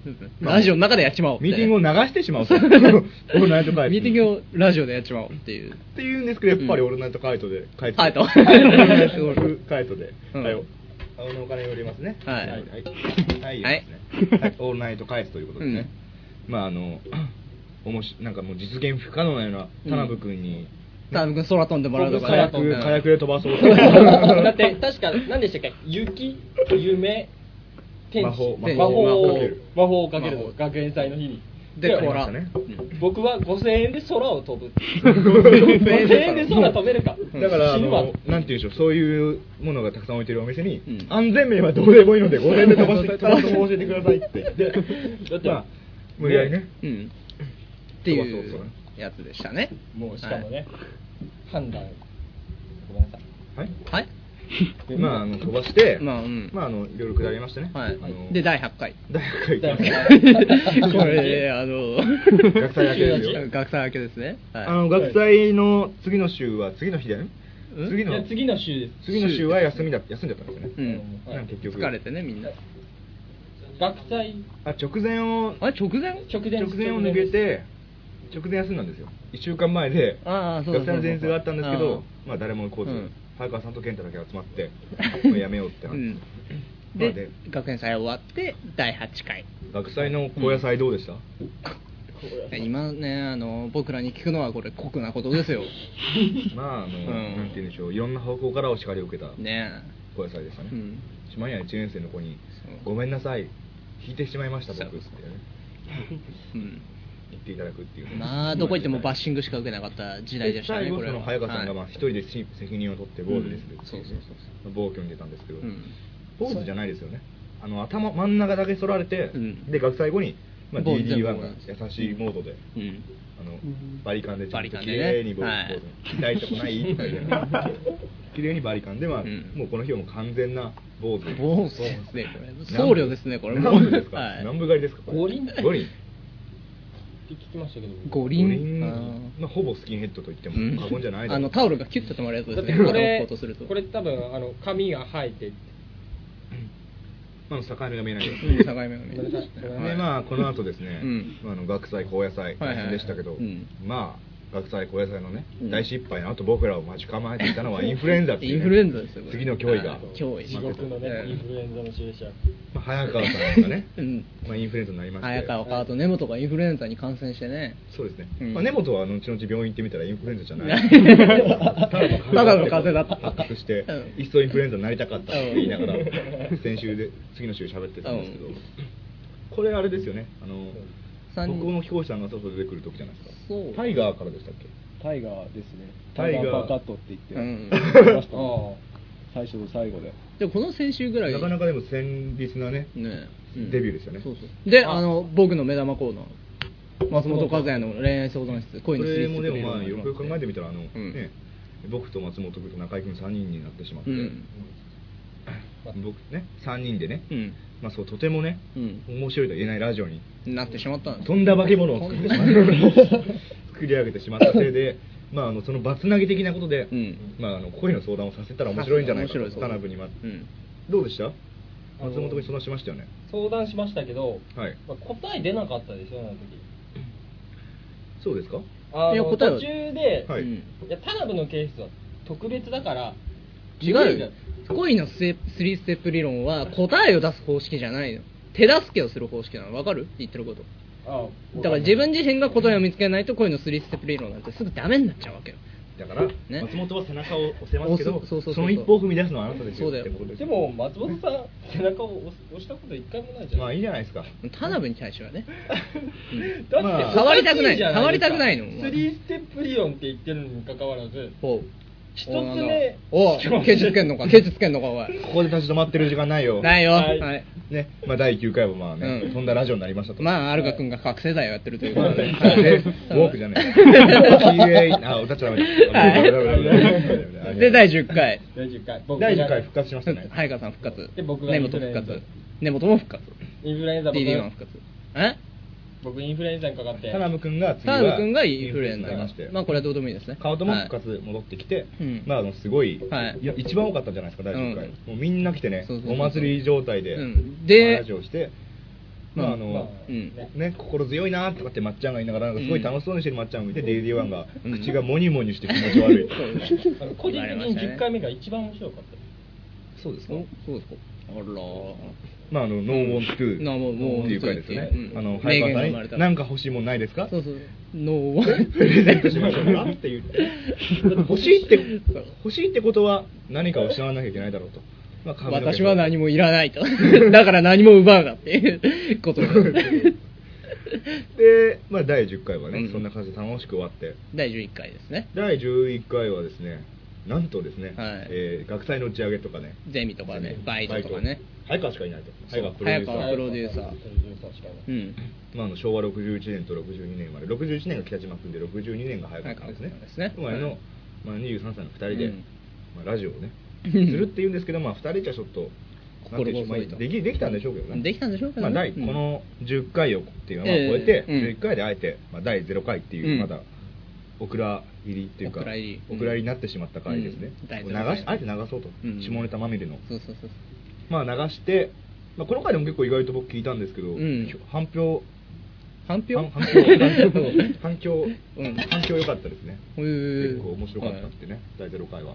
A: まあ
C: ラジオの中でやっちまおうって
A: ミーティングを流して しまおうと オールナイト開通
C: ミーティングをラジオでやっちまおうっていう。
A: っていうんですけどやっぱりオールナイトカイトで、カイト
C: カ イト
A: カイトカイトで、
C: うん
A: はいあのお金を入れますね
C: は
A: はい
C: い
A: はいはい
C: は
A: 入
C: い
A: れますねはいオールナイトカイトということでね、まああのおもしなんかもう実現不可能なような田辺君に、
C: 多分空飛んでもらうとか
A: 火薬
C: うん
A: 火薬で飛ば そうと
E: だって確か何でしたっけ雪夢天
A: 魔法
E: 使
A: 魔
E: 魔
C: 法
E: 法
C: 魔
E: を
C: 法をかける
E: 魔法をかける
C: 魔
E: と
C: 法
E: 学園祭の日に
C: で、
E: で
C: コーラ。
A: ありましたね
C: うん
E: 僕は5000円で空を飛ぶ
C: 5000
E: 5000円で空飛べるか
A: だから、あ
E: 死ぬわ
A: の、なんていうんでしょう、そういうものがたくさん置いてるお店に、
C: うん
A: 安全面はどうでもいいので、ご連で飛ばして、飛ばす方法教えてください って。で、
E: だって
A: まあ、無理やりね。
C: うん。ってい
A: そうそうう
C: やつでしたね。
E: もうしかもね、判断ごめんなさい
A: はい。
C: はい。
A: でまあ、あの、飛ばして、
C: まあうん
A: まあ、あの、いろいろ下りましてね。
C: は
A: あの
C: い。で、第8回。
A: 大学行きま
E: 大
A: した。
C: これ、あの、
A: 学祭明けですよ。
C: 学祭明けですね。は い
A: あの、学祭の次の週は、次の日だよね。
C: うん
A: 次
E: いや
A: の、
E: 次の週です
A: 次の週は休みだ、休んじゃったんですよね。
C: うん。
A: なんか結局。
C: 疲れてね、みんな。
E: 学祭
A: あ、直前を、
C: あれ、直前
E: 直前
A: 直前を抜けて直前休んだんですよ1週間前で
C: ああそうそう
A: 学祭の前日があったんですけ
C: そうそう
A: ど
C: う
A: まあ誰も来ず、
C: うん
A: 早川さんと健太だけ集まって もうやめようってな
C: う
A: って
C: ん。
A: まあで
C: で、学園祭終わって、第8回。
A: 学祭の高野祭どうでした、
C: 今ね、あの、僕らに聞くのはこれ、酷なことですよ。
A: まああの、
C: うん
A: なんて言うんでしょういろんな方向からお叱りを受けた
C: ね
A: 高野祭でしたね、
C: うん
A: しまいには1年生の子に
C: そう
A: 「ごめんなさい引いてしまいました僕」って、ね、
C: え。うん。
A: 言っていただくっていうね
C: まあ、どこ行ってもバッシングしか受けなかった時代でしたね、
A: 最後
C: こ
A: そ
C: れ
A: の
C: は。
A: 早川さんがまあ
C: はい
A: 一人で責任を取ってボールでするってい
C: うんそうそうそう
A: う暴挙に出たんですけど、
C: うん
A: ポーズじゃないですよねあの頭真ん中だけ反られて、
C: うん
A: で学祭後に、まあ、
C: ボール全
A: DD1
C: 部
A: が優しいモードで、
C: うん。
A: あの
F: ん
A: バリカンでちゃ
C: バ
A: ん
C: リ
A: と
C: カン
A: 綺
C: でね
A: 麗にボール、
C: はい
A: ボール痛いとこないとか言うの 綺麗にバリカンで、まあ
C: うん
A: もうこの日はもう完全な坊主
C: ボーズですねこれ僧侶ですねこれもう
A: 南部ですか、
C: はい
A: 南部狩りですか
E: 五輪
A: 五輪
E: って聞きましたけど
C: 五
A: 五
C: 輪。
A: 輪まあ、ほぼスキンヘッドと言って
C: うん
A: も過言じゃないだろう
C: あのタオルがキュッと止まるやつです
E: だって
C: ね。
E: こ
C: 片
E: れ
C: 方とすると
E: これ多分あの髪が生えて
A: まあ、境目が見えないです
C: うん境目がね
E: ごめんなさい
A: でまあこの後ですね、
C: うん
A: まああの学祭高野祭
C: はいはいはい
A: でしたけど、
C: うん
A: まあ学祭高野祭のね、
C: うん
A: 大失敗の後僕らを待ち構えていたの はインフルエンザっていうね、
C: インフルエンザですよ。これ
A: 次の脅威が、
C: はい脅威。
E: 地獄のねインフルエンザの注射
A: まあ、早川さんがね、
C: うん
A: まあ、インフルエンザになりまして
C: 早川かあと根本がインフルエンザに感染してね。
A: そうですね、
C: うん
A: まあ、根本は後々病院行ってみたらインフルエンザじゃない
C: ただの風邪だった
A: 発覚して
C: うん
A: 一層インフルエンザになりたかったって言いながら
C: うん
A: 先週で次の週喋ってたんですけど、
C: うん
A: これあれですよねあの
C: 三人
A: 北欧の飛行士さんが外出てくる時じゃないですか
C: そう
A: タイガーからでしたっけ
D: タイガーですね。
A: タイガー
D: パーカットって言って、
C: うん
D: 言いましたね
E: ああ
D: 最初の最後で。
C: でこの先週ぐらい
A: なかなかでも戦慄なね
C: ね
A: デビューですよね
C: そうそうであの僕の目玉コーナー松本和也の恋愛相談室
A: こ
C: 恋の
A: れ
C: 質
A: もでもまあよくよく考えてみたらあの、
C: うん
A: ね僕と松本君と中居君3人になってしまって、
C: うん
A: 僕ね3人でね、
C: うん
A: まあそうとてもね、
C: うん
A: 面白いとは言えないラジオに
C: なってしまったんです
A: とんだ化け物を作ってしま った作り上げてしまったせいでまああのその罰投げ的なことで、
C: うん
A: まああの恋の相談をさせたら面白いんじゃないか
C: 面白
A: と
C: いそう
A: 田辺にま
C: うん
A: どうでした
E: あの
A: 松本君に相談しましたよね
E: 相談しましたけど、
A: はい
E: まあ答え出なかったですよあの時
A: そうですか
E: あ
C: いや
E: の
C: 答えは
E: 途中で、
A: はい
C: うん
E: いや田辺のケースは特別だから
C: 違うよ恋のステ3ステップ理論は答えを出す方式じゃないの手助けをする方式なの分かる言ってること
E: あ
C: だから自分自身が答えを見つけないと恋の3ステップ理論なんてすぐダメになっちゃうわけよ
A: だから、
C: ね
A: 松本は背中を押せますけど
C: 押すそうそうそうそう
A: の一歩を踏み出すのはあなたですよ
C: そうだよ
A: ってことです
E: でも松本さん背中を押す押したこと一回もないじゃん
A: まあいいじ ゃないですか
C: 田辺に対してはね、うん
E: だって
A: まあ
C: 触りたくない
E: おかしじゃ
C: 触りたくないの
E: ですかスリーステップ理論って言ってるにもかかわらず
C: ほう
E: 一つ目
C: おうケチつけんのかケチつけんのかおい
A: ここで立ち止まってる時間ないよ
C: ないよ
E: はい
C: はい
A: ねまあ第9回はまあね、
C: うん
A: 飛んだラジオになりましたと
C: まあ、アルカ君が覚醒剤をやってるというこ
A: まあ
C: とで、
A: ね
C: はい
A: でウォークじゃ ない PA あ歌っちゃダメだ
C: はいで、第10回、
E: 第10回
A: 第10回復活しましたね
C: 早川さん復活、
E: で僕が
C: 根本
E: インフルエ
C: 復
E: ン
C: 活
E: ザ、
C: 根本も復活、
E: インフルエンザ
C: DD1 復活、え
E: 僕僕インフルエンザにかかって
A: 田辺君が次
C: 田
A: は
C: 辺君がインフルエンザ
A: インフルエンザになりま
C: が
A: して、
C: まあ、これはどうでもいいですね。
A: 顔とも
C: はい
A: 復活戻ってきて、
C: うん
A: まああのすごい,、
C: はい
A: いや一番多かったんじゃないですか第10回、
C: うん
A: もうみんな来てね
C: そうそうそうそう
A: お祭り状態で、
C: うんで
A: ラジオして
C: まあ
A: まああの、
E: まあ
C: うん
A: ね、心強いなとかってまっちゃんが言いながらなんかすごい楽しそうにしてるまっちゃんを見て、デイリーワンが
C: うん
A: 口がモニモニして気持ち悪い、
E: あの個人的に10回目が一番面白かった
A: そうですか
C: おそうですか。あらー。
A: まああのノーモントゥー
C: ノーモン
A: っていう回ですよね、
C: うん
A: あの
C: 名
A: 早
C: 言
A: 川
C: が
A: さ
C: 生まれ
A: ん
C: た
A: に何か欲しいもんないですか
C: そうそう。ノーワン。
A: プレゼントしまし ょうかっていう欲しいって欲しいってことは何かを失わなきゃいけないだろうと、まあ髪の毛と
C: 私は何もいらないと。 だから何も奪うなっていう ことで
A: で、まあ、第10回はね、
C: うん
A: そんな感じで楽しく終わって
C: 第11回ですね。
A: 第11回はですねなんとですね、
C: はい
A: えー学祭の打ち上げとかね
C: ゼミとかね、バイトとかね。
A: 早川しかいないと
C: そう
A: 早川プロデューサー
C: 早川プロデューサー
E: プロデューサーしかいない
C: うん。
A: まあ、あの昭和61年と62年生まれ61年が北島君で62年が早川君ですね
C: 早川君ですね
A: 生まれ
C: は
A: の
C: い、
A: まあ、23歳の2人で、
C: うん
A: まあ、ラジオをねするって言うんですけど、まあ、2人じゃちょっとなんて
C: 心
A: いう
C: 細い
A: ま
C: と
A: あできできたんでしょうけどね
C: できたんでしょうけどね
A: まあ、第
C: うん
A: この10回をっていうのは超えて、
C: ええうん
A: 11回であえて、まあ、第0回っていう、
C: うん
A: まだオクラ入りっていうか
C: オクラ入りうん
A: オクラ入りになってしまった回ですね、
C: うん第
A: 流
C: 0回
A: しあえて流そうと、
C: うん
A: 下ネタまみれの
C: そうそうそう。
A: まあ流して、まあ、この回でも結構意外と僕聞いたんですけど、
C: うん
A: ひょ反響
C: 反響
A: 反響 反響
C: うん
A: 反響良かったですね
C: へー
A: 結構面白かったってね、第0回は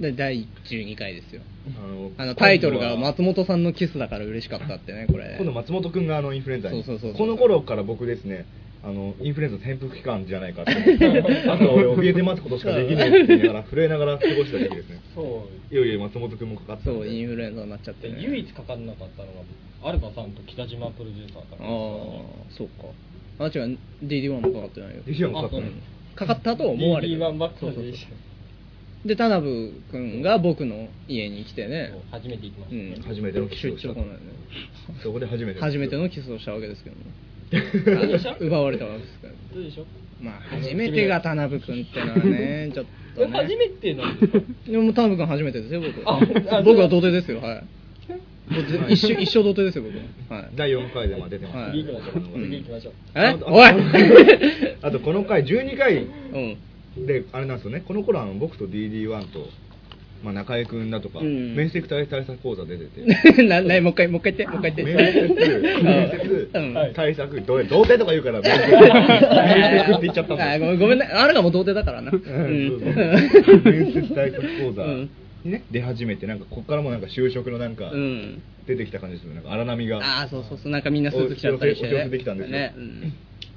C: で第12回ですよ。
A: あの
C: あのタイトル
A: 今
C: が
A: 度は
C: 松本さんのキスだから嬉しかったってね、これ。
A: 今度松本君があのインフルエンザに
C: そうそうそうそ
A: こ
C: う
A: の頃から僕ですねあのインフルエンザ潜伏期間じゃない かってあと俺怯えて待つことしかできないって言いながら震えながら過ごした時ですね
E: そう
A: いよいよ松本君もかかったん
C: そう、
A: で
C: インフルエンザになっちゃって、
E: で
C: ね。
E: 唯一かかんなかったのがアルバさんと北島プロデューサーか
C: あ
E: ら
C: あ
E: で、
C: そうか。あ、違う、DD1 もかかってないよ。
A: リヒアもかかった
E: あ
A: ね
C: かかった
E: す
C: と
E: よね
C: 思われる。
E: DD1 ばっか
C: そう
E: り
C: そう
E: で
C: そ
E: し
C: うで、田辺君が僕の家に来てね。
E: 初めて行きまし
C: う
E: たね
C: ん、
A: 初めてのキスをした
C: 出張来ないね
A: そこで初めて
C: 初めてのキスをしたわけですけども あ奪われたわけですから
E: そうでしょ
C: まあ初めてが田辺君っての はねちょっと、
E: え
C: ね、
E: 初めてなんですか
C: でも田辺君初めてですよ僕
E: ああ
C: 僕は童貞ですよはいもうぜ一生一生童貞ですよ僕ははい
A: 第4回でまあ出てま
C: は
A: す
C: い
E: 次行きましょう
C: うん
E: 次行きましょう
C: え
A: あと
C: おい
A: あとこの回12回
C: うん
A: であれなんですよねこの頃あの僕と DD1 と、まあ、中居君だとか、
C: うん
A: 面接対策講座出てて
C: ななもう一回もう一回言ってもう一回言
A: 面
C: って
A: 接面接
C: うん
A: 対策どうどうせとか言うから面接面接って言っちゃったもん
C: あごめんごめんねあれがもう童貞だからなう
A: うん
C: ん
A: そうそう面接対策講座
C: うん
A: にね出始めてなんかここからもなんか就職のなんか
C: うん
A: 出てきた感じですよねなんか荒波が
C: ああそうそうそうなんかみんなスーツ着ちゃったりして
A: おお
C: ね
A: 上手できたんですよ
C: ね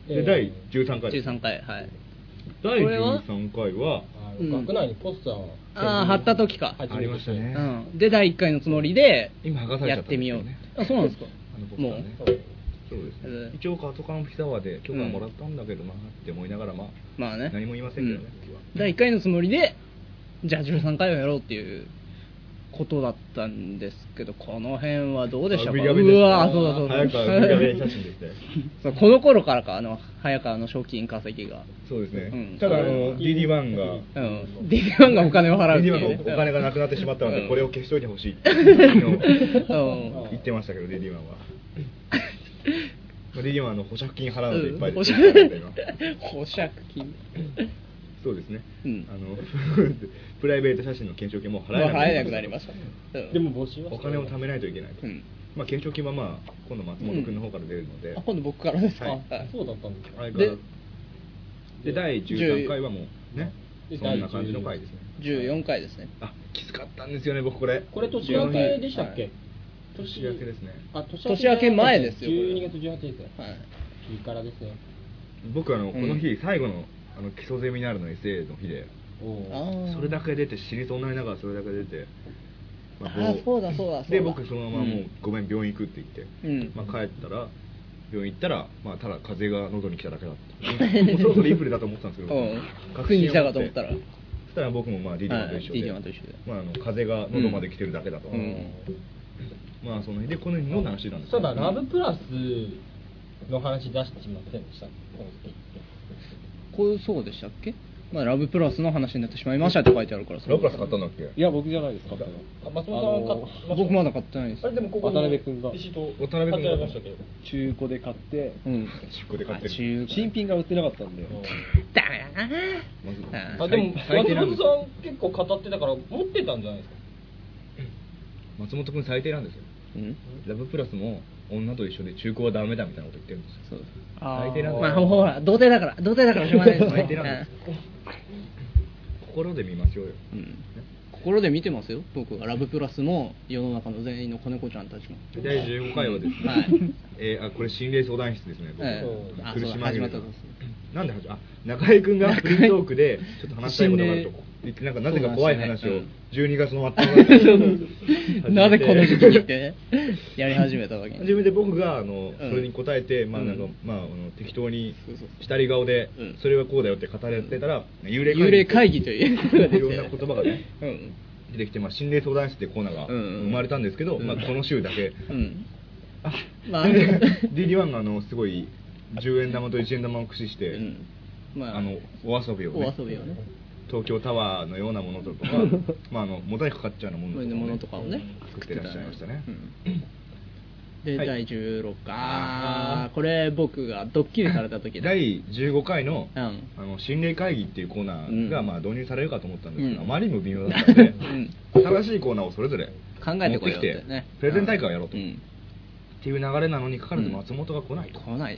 C: うん
A: で第13回
C: 13回はい
A: 第
C: これは
A: 13回は
E: あ
C: うん
E: の学内にポスターを
C: ああ貼った時か、
E: はい
A: ありましたね
C: うん、で第1回のつもりで
A: 今剥がされち
C: や
A: ゃ
C: っ
A: った
C: て
A: んです
C: みよ
A: よ
C: う
A: ね
C: あそうなんですか
A: あの僕
C: も
A: は
C: う
A: ねそうですね
C: うん
A: 一応カートカンフィザワで許可もらったんだけどなって思いながらまあ
C: まあね
A: 何も言いませんけどね
C: う
A: 僕は
C: 第1回のつもりでじゃあ13回をやろうっていうことだったんですけどこの辺はどうでした
A: あグ
C: か
A: リガメですね
C: うわーそうだそうだ
A: 早川グリガメ写真ですね
C: そうこの頃からかあの早川の賞金稼ぎが
A: そうです
C: う
A: ね
C: ん
A: ただあの DD1 が
C: うん D1 がお金を払うってい
A: DD1
C: う
A: が
C: ね
A: お金がなくなってしまったの
C: う
A: で
C: ん
A: これを消しといてほしいっていう
C: う
A: のを
C: ん
A: 言ってましたけど、デディマン は。まあ、デディマンはあの保釈金払うのでいっぱい
C: うん
A: で
C: 保
A: す、
C: 釈
A: 今
C: 保釈金
A: そうですね、
C: うん
A: あの プライベート写真の懸賞金も払
C: 払え
A: え
C: なくなりましたうん
E: でも募集は
A: お金を貯めないといけないと、
C: うん
A: まあ、懸賞金は、まあ、今度松本君の方から出るので、
C: あ今度僕からですか、
A: は
C: はいい
E: そうだったんですか
A: 相変わらず
C: で
A: で第13回はもうね
E: で
A: そんな感じの回ですね
C: 14回ですね
A: あ気づかったんですよね僕これ
E: これ年明けでしたっけ、
C: はい
E: 年
A: 年明けですね
E: あ年
C: 年明け前ですよ
E: 12月18日です
C: はい
E: いからですね
A: 僕あのこの
C: う
A: 日最後のあの基礎ゼミナールのエッセイの日で
E: お
C: あー
A: それだけ出て私立女にながらそれだけ出て、
C: あーそうだそうだそうだ
A: で僕そのままもう、
C: うん
A: ごめん病院行くって言って、
C: うん
A: まあ、帰ったら病院行ったら、まあ、ただ風邪が喉に来ただけだったも うそろそろインフルだと思ってたんですけど、
C: うん
A: 確信を持
C: 来たかと思ったら
A: そしたら僕もまあ d d マンと一緒で,、
C: はい DD1 と一緒で
A: まあ、あの風邪が喉まで来てるだけだと、
C: うん
A: まあその日でこの日飲んだ話なんです
E: そうだ
A: うん
E: ラブプラスの話出してしませんでしたこの時
C: こうそうでしたっけまあラブプラスの話になってしまいましたって書いてあるから
A: ラブプラス買ったんだっけ
D: いや、僕じゃないです、買ったの。
E: あ松本さん買ってました
C: 僕まだ買ってないです
E: あれでもここに
D: 渡辺君が
E: レシート
A: 渡辺君が
E: 貼ってありましたけど
D: 中古で買って、
C: うん
A: 中古で買ってる
C: あ中古
D: 新品が売ってなかったんで、
C: ダメだな
A: まず
C: あ
E: あでも
A: 最低
E: 松
A: なんです
E: 本さん結構語ってたから持ってたんじゃないですか
A: 松本君最低なんですよ
C: うん
A: ラブプラスも女と一緒で中古はダメだみたいなこと言ってるんですよ
C: そうです
A: 相手なんだ
C: まあほら童貞だから童貞だからしょうがないですね
A: 相手なんだ心で見ましょうよ
C: うん心で見てますよ僕はラブプラスも世の中の全員の子猫ちゃんたちも
A: 第15回はですね、
C: はい
A: えーあこれ心霊相談室ですね、僕
C: ええあ
A: 苦し紛れの
C: そうだ始まったんですね
A: なんで始まあ中居君がフリートークでちょっと話したいことがあると
C: 心霊
A: 言ってなんかなぜか怖い話
C: そうな
A: を
C: んです
A: 12月の頭ぐらいに
C: なぜこの時期にってねやり始めた時
A: 初
C: に
A: めて僕があの
C: ん
A: それに答えて、まあなんか
C: うん
A: まあ、あの適当に
C: そうそうそう
A: したり顔で、
C: うん
A: それはこうだよって語り合ってたら、幽霊
C: 幽霊会議ということが出て
A: いろんな言葉がね
C: うん
A: 出てきて、まあ、心霊相談室ってコーナーが
C: うんうん
A: 生まれたんですけど、
C: うん
A: まあ、この週だけ、
C: うん
A: あ
C: まあ
A: DD1 があのすごい10円玉と1円玉を駆使して、
C: うんまあ
A: あのお遊びを、ね、
C: お遊びをね
A: 東京タワーのようなものとか まああのモザイクかかっちゃうようなものとか,、
C: ものとかをね
A: 作ってらっしゃいましたね、
C: うんで
A: はい
C: 第16回あーこれ僕がドッキリされた時だ
A: 第15回の,、
C: うん
A: あの心霊会議っていうコーナーが、
C: うん
A: まあ、導入されるかと思ったんですけど、
C: うん
A: あまりにも微妙だったの で、
C: ん
A: 新しいコーナーをそれぞれ
C: 考えてこいよって
A: 持
C: ね
A: プレゼン大会をやろうと、
C: う
A: っ
C: ん
A: ていう流れなのにかかわらず
C: うん
A: 松本が来ないと。
C: 来ない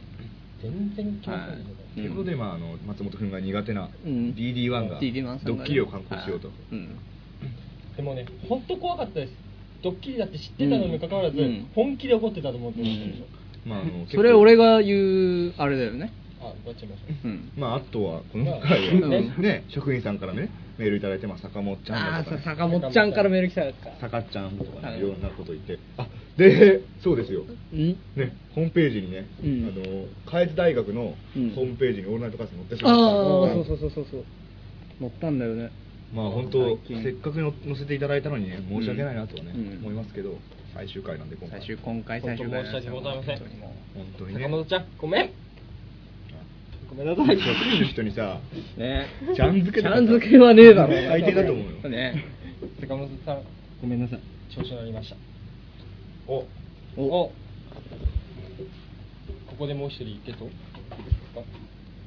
E: 全然気持ちない
A: ということで、まあ、あの松本君が苦手な
C: うん
A: DD1 が
C: DD1 さんがね
A: ドッキリを敢行しようと、
C: うん
E: でもね本当怖かったですドッキリだって知ってたのにもかかわらず、
C: うんうん
E: 本気で怒ってたと思ってましたでしょ、
A: ま あ、あの
C: それ俺
A: が、
C: が言うあれだよね
E: あ終わっちゃいまし
C: うん
A: まあ、あとはこの回は、
C: うん
A: ね、職員さんからねメールいただいて、まあ、坂本ちゃん
C: あ
A: だ
C: あ
A: とか、
C: さ
A: ね、
C: 坂本ちゃんからメール来たか
A: さかっちゃんとか
C: は
A: ね、
C: い
A: いろんなこと言って、あで、そうですよ、
C: ん
A: ね、ホームページにね、
C: うん
A: あの海津大学の
C: うん
A: ホームページにオールナイトカス載ってし
C: あ
A: まった、
C: あそうそうそうそうそう乗ったんだよね
A: まあ本当
C: 最、近
A: せっかくの載せていただいたのにね、申し訳ないなとはね、
C: うん
A: 思いますけど、最終回なんで、今回、
C: 最終今回
E: た
C: 最
E: 本当
C: 終
E: 申
C: 回
E: し訳ございません
A: 本当にね、
E: 坂本ちゃんごめん
A: ごめんなさい、職員の人にさ、
C: ね
A: ちゃんづけ
C: ち
A: と
C: ゃ
A: かさ
C: んづけはねえだろ
A: 最低だと思うよ、
C: ね
E: 坂本さん
D: ごめんなさい。
E: 調子乗りました
A: お
E: おここでもう一人ゲット
C: こ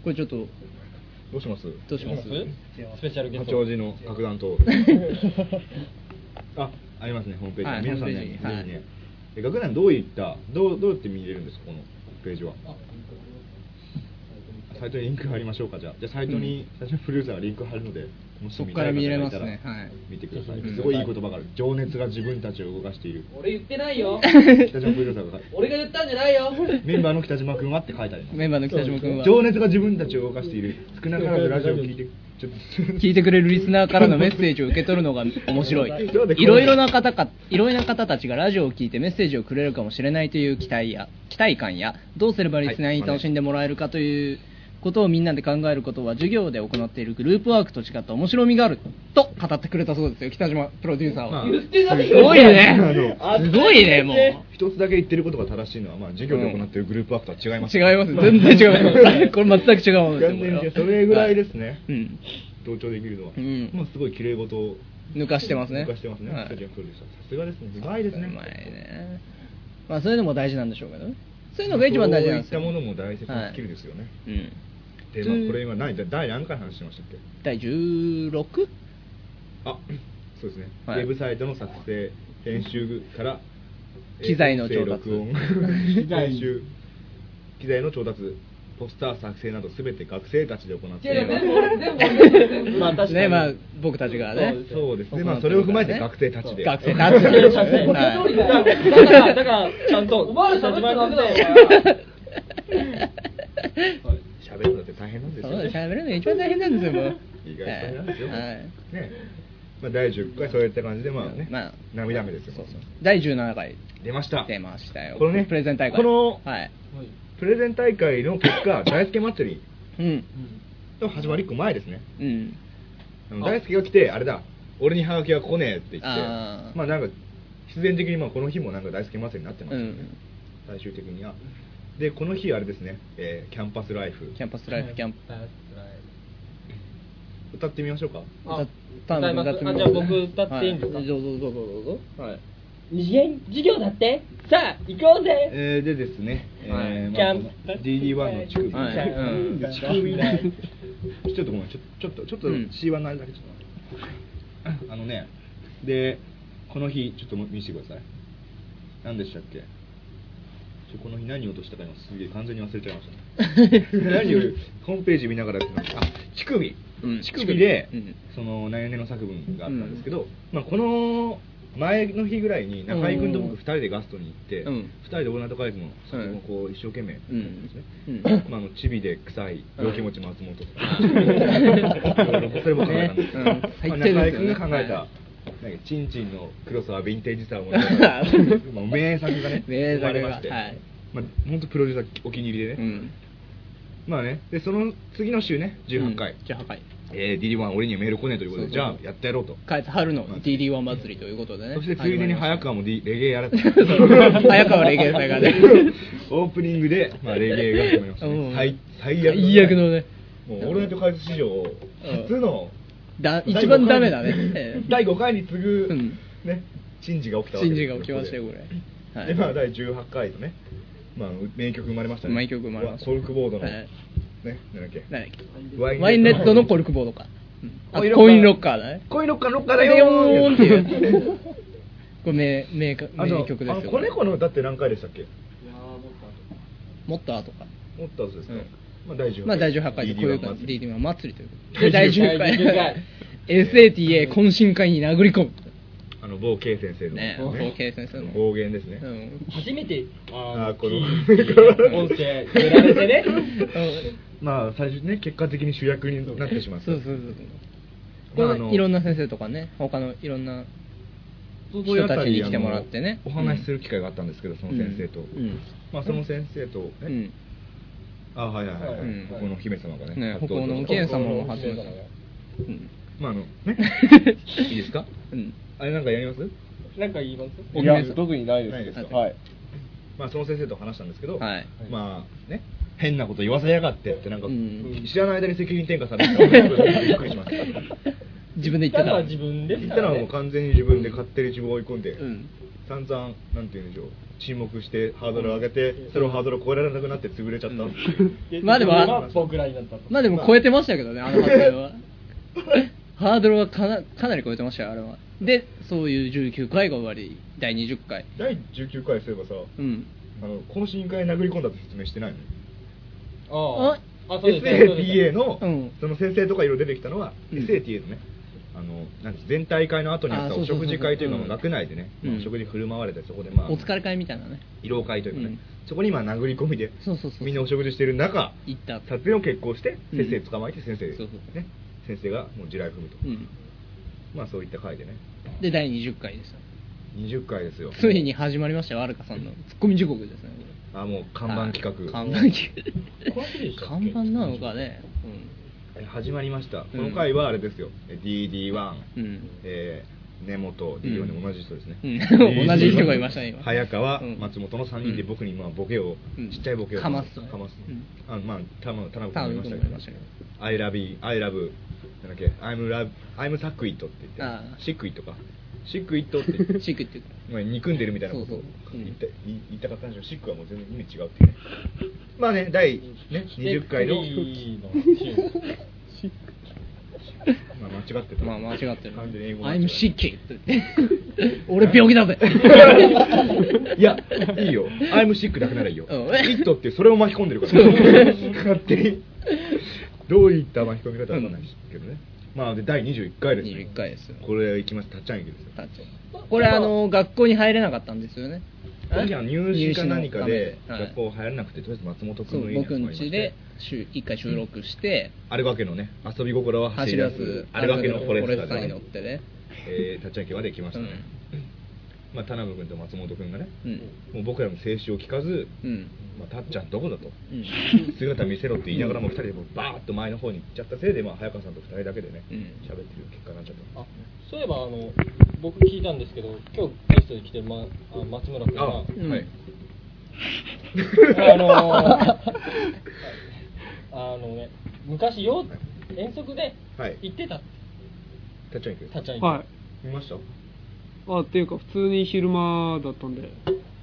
C: れちょっと
A: どうします
C: どうします
E: スペシャルゲス
A: 八
E: ト
A: 王子の核弾 頭あありますねホームページ、
C: はい
A: 皆さんね
C: ホームペー
A: ぜ
C: ジに
A: ひねえ学団どういったどうどうやって見れるんですかこのページはサイトにリンク貼りましょうかじゃあじゃあサイトに、最初にプロデューサーがリンク貼るのでもし
C: そっ
A: 見たい方がいた
C: から見れますねはい
A: 見てください、
C: うん
A: すごいいい言葉がある情熱が自分たちを動かしてい る
E: 俺言ってないよ
A: 北島プロデューサーが
E: 俺が言ったんじゃないよ
A: メンバーの北島君はって書いてあります
C: メンバーの北島君は
A: 情熱が自分たちを動かしている少なからずラジオを聞いてちょっと
C: 聞いてくれるリスナーからのメッセージを受け取るのが面白いいろいろな方かいろいろな方たちがラジオを聞いてメッセージをくれるかもしれないという期待や期待感やどうすればリスナーに楽しんでもらえるかということをみんなで考えることは授業で行っているグループワークと違った面白みがあると語ってくれたそうですよ北島プロデューサーは、すごいねすごいねもう
A: 一つだけ言ってることが正しいのは、まあ、授業で行っているグループワークとは違います、
C: 違います全 然違いますこれ全く違うものです
A: 残念
C: よこれは
A: それぐらいですね、
C: うん
A: 同調できるのは、
C: うん
A: まあ、すごい綺麗事を
C: 抜かしてますね
A: 抜かしてますね、
C: はい
A: 北島プロデューサーさすがですねうまいですね
C: うまいねまあそういうのも大事なんでしょうけどねそういうのが一番大事なんですよ
A: そういったものも大切なスキルですよね、
C: はいうん
A: で、まあ、これ今何第何回話してましたっけ
C: 第 16?
A: あそうですね、
C: は
A: ウ
C: い
A: ェブサイトの作成編集から
C: 機材の調達
A: 音声録音
F: 機材
A: 編集機材の調達ポスター作成などすべて学生たちで行ってい
E: やいや
A: ます
E: 全部全部
C: まあ、
E: 確かに
C: ね、まあ、僕たちがね。
A: そうですね、まあ、それを踏まえて学生たちで。
C: 学生たち
E: だからちゃんとだ
C: は
E: からだからちゃんとお前ら喋ってダメだよ
A: 喋るのって大変なん
C: い
A: です
C: そ
A: よ
C: う
A: ね。
C: です喋るのが一番大変なんですよ、もう。
A: 意外と大変なんですよ。
C: はい
A: ね。まあ、第10回そういった感じで、まあね、
C: まあ
A: 涙目ですよ。
C: そうそう第17回
A: 出ました。
C: 出ましたよ。
A: このね
C: プレゼン大会。
A: この
C: はい。
A: プレゼン大会の結 果、大輔祭り
C: うん。
A: の始まり1個前ですね。
C: うん。
A: あの大輔が来て、あれだ、俺にハガキが来ねえって言って、
C: あー
A: まあなんか、必然的にまあこの日もなんか大輔祭りになってま
C: う
A: すよね、
C: ん。
A: 最終的には。で、この日、あれですね、えーキャンパスライフ、
C: キャンパスライフ、キャンプ。
A: 歌ってみましょうか。
E: あ
C: 歌
E: 歌います
C: ってみ
E: あ
C: ま
E: じ
C: す
E: ゃあ僕歌っていいんですか
C: はどうぞどうぞどうぞ。はい。
E: 二次元授業だってさあ行こうぜ
A: えーでですね、えー
E: キ
A: ま
E: ャン
A: あ、DD1 の乳首、
C: はいうん
A: 乳首ねちょっとごめん、ちょちょっと、ちょっと
C: うん
A: C1 のあれだけちょっと待って、あのね、で、この日、ちょっとも見せてください。何でしたっけちょこの日何を落としたか今すげえ完全に忘れちゃいましたね何よりホームページ見ながらやってたんですあ乳首、
C: うん
A: 乳首で、
C: 乳首うん
A: その悩んでの作文があったんですけど、まあ、この前の日ぐらいに中居君と僕2人でガストに行って、
C: う
A: 二
C: ん
A: 2人でオールナイトカイズの作文をこう一生懸命やったんですね、
C: うんうん
A: まあ、あのチビで臭い病気持ち松本 とか、
C: ん
A: それも考えたんですけど、
C: ねうん
A: まあ、
C: 最低ですよね
A: 中居君が考えた、なんかチンチンの黒さはヴィンテージさをもらまあ名作がね
C: 名作
A: 生ま
C: が
A: れまして、
C: はい
A: まあ、本当プロデューサーお気に入りでね、
C: うん。
A: まあね、でその次の週ね、18回、
C: うん18回。
A: えー、DD1、俺にはメール来ねえということで、
C: そうそうそう
A: じゃあやってやろうと、
C: 開発春の
A: はい
C: DD1 祭りということでね。
A: そしてついでに早川も、D、レゲエやられた
C: 早川レゲエ祭がね。
A: オープニングで、まあ、レゲエが始まりました、
C: うん
A: ね、最最悪
C: 最悪のね。
A: もうオールナイト開発史上初の
C: だ
A: 第五回
C: 一番ダメだねええ
A: 第5回に次ぐ、
C: うん
A: ね珍事が起きたわけ
C: 珍
A: です
C: 事が起きましたよ、こ
A: ここで
C: れ。はい
A: でまあ、第18回のね、まあ、名曲生まれましたね
C: 名曲生まれました
A: コルクボードの、
C: はい
A: ねなんだっけ
C: なんだっけ
A: ワ
C: ワインレッドのコルクボードか。うんあ
A: コインロッカー
C: コインロッカー
A: コインロッカー
C: だね。
A: ロッカーだ
C: だよ
A: よ
C: ー
A: ー
C: んっていう。 これ名名曲
A: あと
C: 名曲です
A: あ
C: よ。
A: 子猫のだって何回でしたっけ
C: もっと後か。
A: もっと後ですか、まあ第18
C: まあ第18回でこういう感じ、
A: DD1
C: DD
A: 祭
C: マ
A: り
C: 祭りということで。
E: 第
C: 第
E: 10
C: 10
E: 回
C: 回。SATA 懇親会に殴り込
A: あの某 K 先生の、
C: ね某 K 先生の
A: 暴言ですね、
C: む。うん。
E: 初めて
A: あーこの
E: 音声入れられてね
A: まあ最初ね結果的に主役になってしまった
C: そうそうそう。
A: まあ
C: こ
A: あの
C: のいろんな先生とかね、他のいろんな。人たちに来てもらってね
A: お話しする機会があったんですけど、その先生と、
C: うん
A: まあその先生とね、
C: うん。
A: あはいはいはい、はい
C: うん
A: ここのお姫様がね
C: ね、
A: 初
C: 北
A: 登
C: 欧
A: 場
C: のおけん様も初めて。うん。
A: まああのねいいですか
C: うん。
A: あれなんかやります
E: なんか言います
D: いや、特にないです。
A: ないですか
D: はい。
A: まあその先生と話したんですけど、
C: はい
A: まあね変なこと言わせやがってってなんか、
C: うん
A: 知らない間に責任転嫁され てびっくりしました
C: 自分
E: 言っ
C: で言った
E: の
C: てた
E: は。自分です
A: 言っ
E: か
A: た
E: ら
A: のはも
E: ね
A: う完全に自分で勝手に自分を追い込んで、
C: うん。
A: 散々なんて言うんでしょう沈黙してハードルを上げて、それをハードルを超えられなくなって潰れちゃった、
C: まあでもあ
E: 僕らになったと
C: まあでも超えてましたけどね、あのハードルは。ハードルはかなかなり超えてましたよ、あれは。で、そういう19回が終わり、第20回。
A: 第19回すればさ
C: うん。
A: あの懇親会殴り込んだって説明してないの
E: あああそうですねそうです
A: SATA
E: ね
A: の、
C: うん
A: その先生とかいろいろ出てきたのは、
C: うん
A: SATA のねあのなんて全体会の後にあっ
C: あ
A: た
C: そ
A: お
C: うそうそう
A: 食事会というかも学内でね、
C: うん
A: まあお食事振る舞われてそこでまあ
C: お疲れ会みたいなね。
A: 慰労会というかね、
C: うん
A: そこに今殴り込みで
C: そうそうそう
A: みんなお食事してる中
C: 行った
A: 撮影を決行して
C: う
A: 先
C: ん
A: 生捕まえて先生、
C: そうそう
A: ね、先生がもう地雷踏むと、
C: うん。
A: まあそういった回でね
C: で、第20回ですよ。
A: 20回ですよ
C: ついに始まりましたよ、アルカさんのツッコミ時刻ですね。
A: あもう看板企
C: はい
A: 画、
C: 看板企
E: この日でした
C: 画。
E: っけ
C: 看板なのかね。
A: え始まりました、こ
C: う
A: の
C: ん
A: 回はあれですよえ DD1、
C: うん
A: えー根本 D4
C: う
A: で
C: ん
A: 同じ人ですね、
C: うん 同じ人がいましたね今
A: 早川、
C: うん
A: 松本の3人で僕にまあボケを、
C: うん
A: ちっちゃいボケを
C: かます
A: かます、
C: うん
A: あまあ田村田
C: うん。
A: 辺
C: 多
A: 君もいました
C: 分と思
A: けど
C: いましたけど。
A: 「I love you I love」なんだっけ「I'm, love I'm suck it」って言っ
C: ああ
A: て「シックイット」か「シックイット」って言って
C: シークっていうか。
A: まあ、憎んでるみたいなこと
C: そ
A: を
C: うそううん
A: 言った言い言いたかったんですけどシックはもう全然意味違うっていうねまあね第、ね、20回の
E: シックリーの週
A: まあ間違ってた。
C: まあ間違ってる
A: 完全に英語
C: I'm sick って言って俺病気だぜ
A: いや、いいよ。I'm sick だけならいいよ。
C: うん
A: It ってそれを巻き込んでるから。勝手に。どういった巻き込み方かわかんないですけどね。まあで第21回ですね。
C: 21回ですよ
A: これ行きます。たっちゃん行きですよ。
C: タッチこれあの学校に入れなかったんですよね
A: たっちゃん入試か何かで
C: 入試のためはい
A: 学校入らなくて、とりあえず松本
C: そ
A: 君の
C: う
A: 家に集
C: 僕
A: ま
C: ん
A: りまし
C: 家
A: て
C: で。週一回収録して
A: あれわけのね、遊び心は走
C: 走
A: り
C: り
A: 出
C: 出
A: す
C: す、
A: あれわけのフォレス
C: フォレ
A: タ
C: スタ
A: ー
C: ー
A: に
C: に
A: 乗
C: 乗
A: っ
C: ってて
A: ね
C: ね、
A: えー、立ち上げはできましたね、まあ、田辺君と松本君がね、
C: うん
A: もう僕らの静止を聞かず、
C: うん
A: まあ、たっちゃんどこだと、
C: うん
A: 姿見せろって言いながらも2人でもうバーッと前の方に行っちゃったせいで、まあ、早川さんと2人だけでね
C: うん
A: 喋、ってる結果になっちゃった
E: あそういえばあの僕聞いたんですけど今日ゲストに来てる、ま、あ松村君が
A: あ
E: あ
C: うん
A: はい
E: のーあのね昔よ遠足で
A: はい
E: 行ってたって
A: たっちゃん行く
E: たっちゃんに、
F: はい
A: 見ました
F: あっていうか普通に昼間だったんで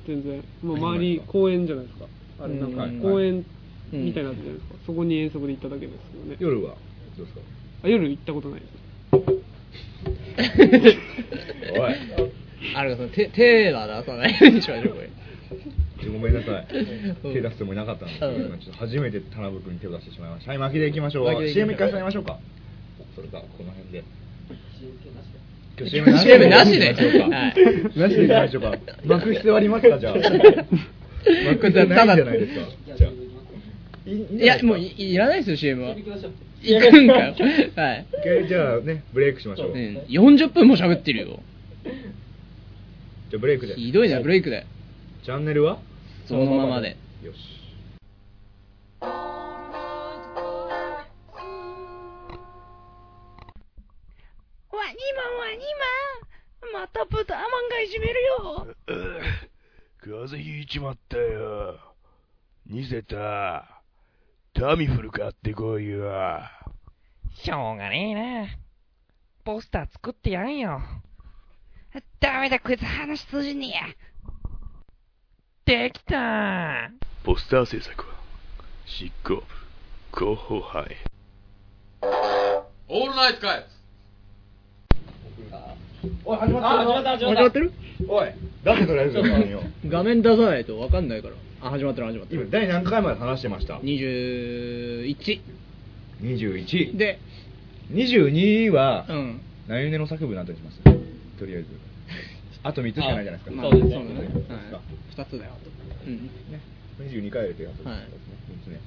F: 全然もう周り公園じゃないですかあれなんか
A: うん
F: 公園みたいなやつじゃないですか、そこに遠足で行っただけですけどね
A: 夜はどうですか
F: あ夜行ったことないです
A: おい
C: あれがその手手は出さないでしましょうこれ
A: ごめんなさい
C: うん
A: 手出すつもりなかったんですけど、
C: うん
A: 今ちょっと初めて田辺君に手を出してしまいましたはい巻きでいきましょ
C: 巻き
A: う
C: でいきまし
A: CM
C: ょう
A: 一回挟みましょうかそれではこの辺で今日
C: CM なしで
A: なしでいきましょうか
C: はい
A: なしでいきましょうか巻く必要ありますかじゃあ巻く必要ないんじゃないですかじゃあ
C: いやもういいらないですよ CM は行くんかよはい
A: 一回じゃあねブレイクしましょう、
C: うん40分も喋ってるよ
A: じゃあブレイクで
C: ひどいなブレイクで
A: チャンネルは
C: そのままで
A: よし
G: ワニマンワニマンまた豚マンがいじめるよ
H: 風邪ひいちまったよ。ニセタ、タミフル買ってこいよ。
I: しょうがねえな。ポスター作ってやんよ。ダメだ、こいつ話通じねえ。できた
H: ポスター制作は、執行部、広報杯。
J: オールナイトかい
A: おい始ま
E: あ始まった始まった
A: るおい出せとりあえずお前よ
C: 画面出さないと分かんないからあ始まってる始まって
A: 今
C: る
A: 第何回まで話してました
C: 21
A: 21
C: で
A: 22は、
C: うん
A: 何ゆねの作文なんとしますとりあえずあと3つしかないじゃないですか
C: まあ
E: そうですね
C: はい二つだよあとうん
A: ね22回やるとやつですね,、
C: はい
A: ですね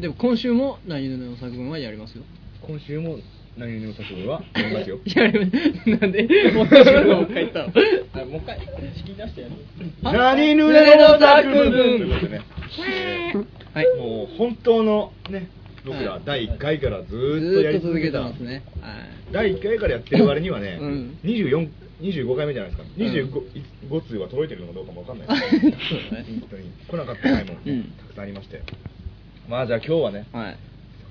C: でも今週も何ゆの作文はやりますよ
A: 今週も何ゆねの作文はやりますよ
C: やりますなんでもう一回もう一回言ったの
E: あもう一回仕切り出してやる
A: 何ぬねの作文ということでね、
C: はい
A: もう本当のね僕ら
C: はい
A: 第1回からず
C: ず
A: ーっとや
C: ー
A: り
C: っと
A: 続
C: 続
A: け
C: けて
A: た
C: ますねはい
A: 第1回からやってる割にはね、
C: うん
A: 24 25回目じゃないですか25、5通は届いてるのかどうかもわかんないです
C: そう
A: ね
C: だね
A: 本当に来なかった回もね、
C: うん
A: たくさんありましてまあじゃあ今日はね
C: はい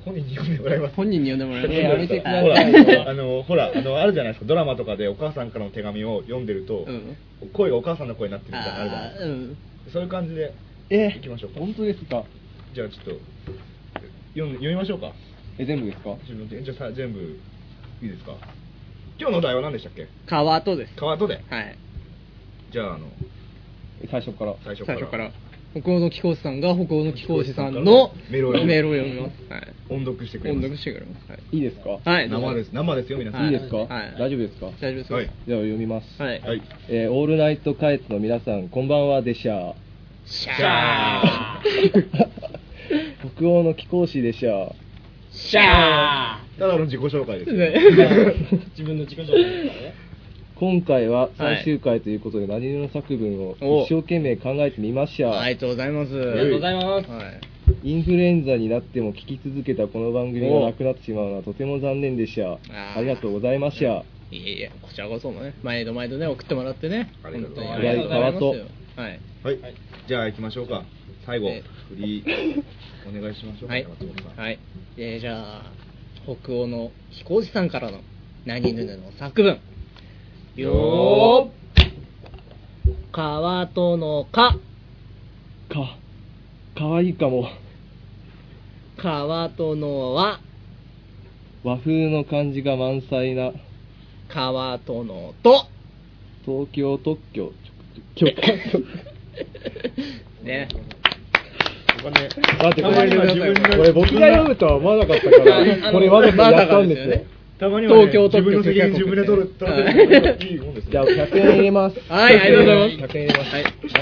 A: 本人に読んでもらいます
C: 本人に呼んでもらえます
E: えーやめてください
A: ほらあのほらあのあるじゃないですかドラマとかでお母さんからの手紙を読んでると、
C: うん
A: 声がお母さんの声になってるみたいなのあるじゃない
C: あ
A: ですか、
C: ーうん
A: そういう感じで
B: え
A: 行きましょうか
B: 本当ですか
A: じゃあちょっと読ん読みましょうか
B: え、全部ですか
A: 自分でじゃあさ全部いいですか今日のお題は何でしたっけ
C: 川とです
A: 川とで
C: はい
A: じゃああの
B: 最初から。
A: 最初か
C: 最
A: ら
C: 初から北欧の貴公子さんが北欧の貴公子さんの
A: メールを読む
C: メールを読みますはい
A: 音読してくれ
C: 音
A: ます
C: 読してくれますはい
B: いいですかい
C: はいどうぞ
A: 生です生ですよ皆さん
C: はい
B: ですか
C: はい
B: 大丈夫ですか
C: 大丈夫ですよ
A: はい
B: では読みます。
C: はい
A: はい
B: えーオールナイトカエツの皆さん、こんばんは、でしゃー。
C: シャー
B: 北欧の貴公子でしゃー。
C: シャ
A: ただの自己紹介です よ
E: 自分の自己紹介ですからね
B: 今回は最終回ということで、何々の作文を一生懸命考えてみまし
C: ー
B: た。
C: ありがとうございます
E: ありがとうございます、
C: はい
B: インフルエンザになっても聞き続けたこの番組がなくなってしまうのはとても残念でした
C: あ。ー
B: ありがとうございました。
C: いえいえ、こちらこそもね、毎度毎度ね、送ってもらってね、
A: ありがとうございます
C: 本当にありがとうございますよ。はい、
A: はい、じゃあ行きましょうか最後
C: え
A: フリーお願いしましょうか、
C: はい
A: 松本さ、ん、
C: はい、えーじゃあ、北欧の飛行士さんからの何ぬぬの作文。よー川とのか、
B: か、かわいいかも。
C: 川とのは、
D: 和風の感じが満載な
C: 川殿と、
D: 東京特許許可
C: ね。
A: お金
J: だってこれ
A: 今自分
J: これ僕が読むとは思わなかったから、これわざとやったんですよ。
A: たまに
C: 東京特許
A: 自分の責任自分で取る取らせてもらっていいもんですね
J: じゃあ100円入れます。
C: はい、ありがとうございます。
J: 100円入れます。
C: サ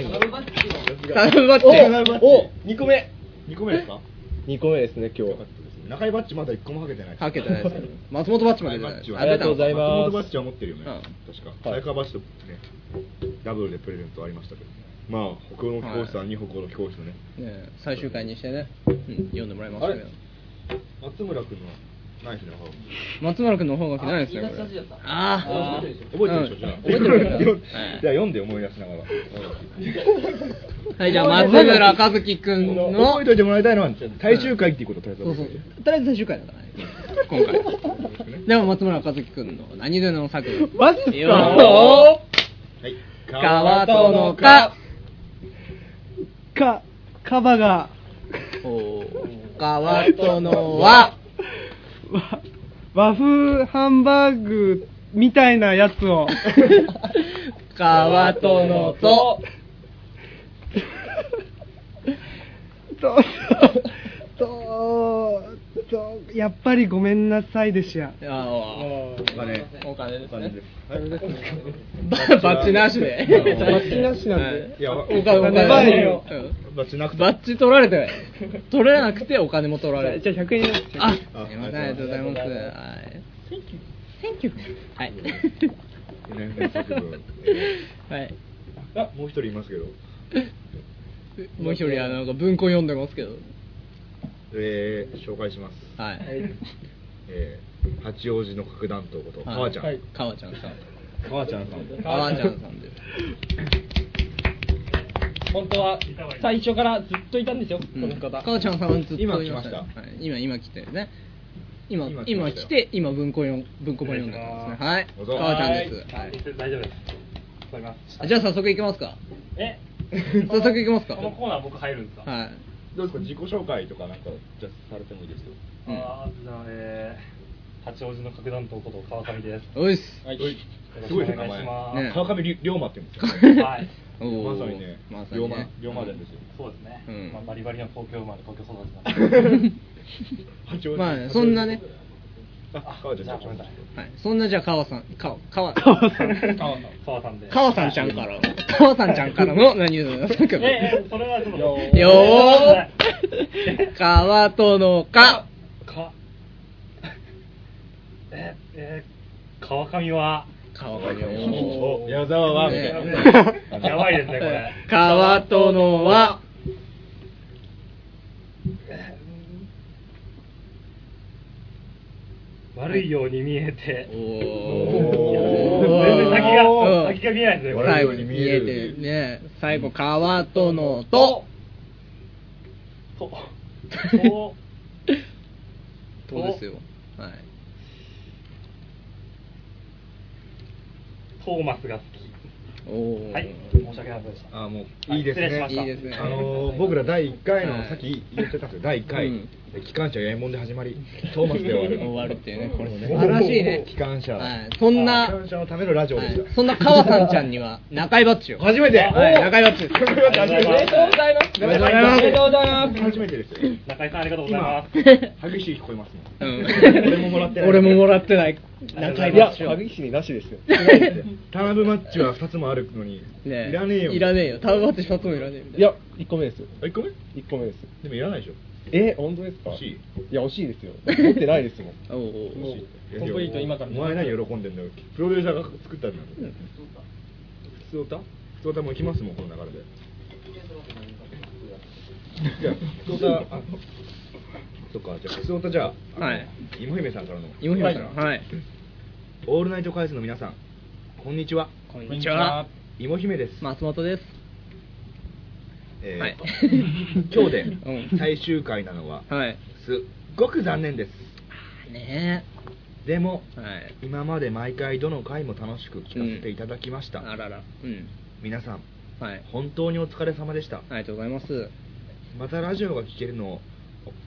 C: ムバッチ。
J: お二個目
A: 二個目ですか
J: 二個目ですね、今日
A: よか。ったですね中井バッジまだ一個もはけてないです
C: かけてないですよ。松本バッチまでじゃないですか。
J: ありがとうござい
A: 松本
J: ま
A: バッ
J: す
A: ジ。は持ってるよね、
C: うん
A: 確か早川バッジとねダブルでプレゼントありましたけどまあ北欧の教師さんに北欧の教師のね、
C: ね最終回にしてね、うん、読んでもらいましたけど
A: あ。松村君のナイフの方
C: 松村君の方がきないですね、これ。ああ
A: 覚えてるでしょ、
C: うん
A: じゃあ
C: 覚えてるよ
A: じゃあ読んで思い出しながら
C: はい、じゃあ、松村和樹くんの、
A: 覚えておいてもらいたいのは最終回っていうことをとりあえず
C: そう
A: 覚
C: そ
A: え
C: う
A: ておいて。
C: とりあえず最終回だからね、今回。でも、松村和樹くんの何での作品。
J: マジっすか
C: よ
A: はい
C: ー川とのか。
J: か、カバが、
C: おー川と のは。
J: わ和風ハンバーグみたいなやつを。
C: 川とのと。
J: と、と、と、やっぱりごめんなさいでしや。
C: あ
A: お金
C: あ、お金です
A: お金で
C: ね
A: す。はい
C: ババッチなしで。
A: バッ
J: チなしなんで
C: はい
A: いや
C: お
A: お
C: 金、お金。
J: バッチを
A: バッジなくて
C: バッチ取られて。取れなくて、お金も取られる。
J: じゃあ100円入れます。
C: あ、す
A: あ
C: みません、ありがとうございます。はい。Thank you. Thank you. はい。
A: ねね作文
C: はい。
A: あもう一人いますけど
C: もう一人、あの、なんか文庫読んでますけど。
A: えー、紹介します、
C: はい。
A: えー、八王子の核弾頭こと川ちゃん、
C: はいかわちゃんさん。
A: 川ちゃんさん
C: かわちゃんさんです。
E: 本当は最初からずっといたんですよ、この方
C: かわちゃんさんはずっと
A: 今
C: いました
A: 来ました
C: はい、今、今来てね。今、
A: 今来ま
C: 今
A: した
C: 来て、今文庫読ん、文庫本読んでますね。はい。
A: どう
C: か
A: ぞ
C: わちゃんです。はい。
E: 大丈夫ですわかりま
C: じゃあ、早速行きま すか。
E: え
C: 早速行きますか。
E: このコーナー僕入るんですか、
C: はい。
A: どうですか自己紹介とかなんかじゃあされてもいいですよ
C: うん
E: あーじゃあえー八王子の核弾頭こと川上です
C: おいっす。
E: はい
A: すごいですね
E: お願
A: 名
E: い
A: 前
E: します、
C: ね
A: 川上り龍馬って言うんですよね
E: はい
C: おー
A: まさにね
C: まさ
A: 龍
C: に
A: 馬
C: ね。
A: 龍馬伝ですよ
E: そうですね、
C: うん
E: まあ、バリバリの東京生まれ東京育ちなんで
A: 八王子
C: まあねそんなね
A: あ川ちゃん
E: じゃあごめんなさい
C: はい、そんなじゃあ川さん、川、川、
E: 川さん川さんで
C: 川さんちゃんから、川さんちゃんからの何言う
E: え
C: の
E: ええそれはちょっと
C: よー川とのか、
E: か ええー川上は
C: 川がよ
A: お矢沢はみたいな、
C: ね
E: やばいですねこれ
C: 川とのは、
E: 悪いように見えて
C: お
E: 全然先が先が見えないですねこれ
C: 最後に見えてるね、最後、川とのと、
E: とと
C: とですよ。はい。
E: トーマスが好
C: お
E: き
C: ー
E: はい申し訳ありませんでした
A: あもう
E: はい
A: いですね、
E: 失礼しました
C: いいですね
A: あのー僕ら第1回
C: はい
A: の、さっき言ってたんですけど、第1回、
C: うん
A: 機関車、八重門で始まり、トーマスで終わる、
C: 終わるっていうねこれ
A: もう
C: 素晴らしいね
A: 機関車、
C: はいそんな
A: 機関車のためのラジオ
C: は
A: で
C: い
A: し
C: そんな川さんちゃんには、中井バッジを。
A: た、初めて、
C: はい、中井バッ ジです。
A: 中井バッジ
C: おめでとうございます。
A: 初めてですよ、
E: 中井さんありがとうございます
A: 今、激しい聞こえますね、
C: うん
A: 俺ももらってない、
C: 俺ももらってない。中井
J: いや、
C: バッジを。
J: 歯ぎしりなしですよ。
A: タナブマッチは2つもあるのに、
C: ね
A: いらねえよ、
C: いらねえ
A: よ、
C: よ。タウンバッチ2つもいらねえみたい
J: いや、1個目ですよ。
A: 1個目で
J: 1個目ですよ。
A: もいらないでしょ、
J: え、本当ですか
A: 欲しい
J: や、惜しいですよ。持ってないですもん。
C: な。おうおう
A: 欲しい
E: コンプリート今から
A: お前何喜んでんだよ、プロデューサーが作ったんだよ。普通歌普通歌も行きますもんこの流れでじゃあ普通歌あそっかじゃあ普通歌じゃあ
C: はい
A: あの芋姫さんからの
C: 芋姫さん。はい。
A: オールナイトカイズの皆さんこんにちは
C: こんにちは。
A: 芋姫です、
C: 松本です。
A: えー
C: はい
A: 今日
C: うん
A: で最終回なのは
C: はい。
A: すっごく残念です
C: ね
A: でも
C: え。はい。
A: 今まで毎回どの回も楽しく聞かせていただきました、
C: あらら。うん。
A: 皆さん
C: はい。
A: 本当にお疲れ様でした
C: ありがとうございます。
A: またラジオが聴けるのを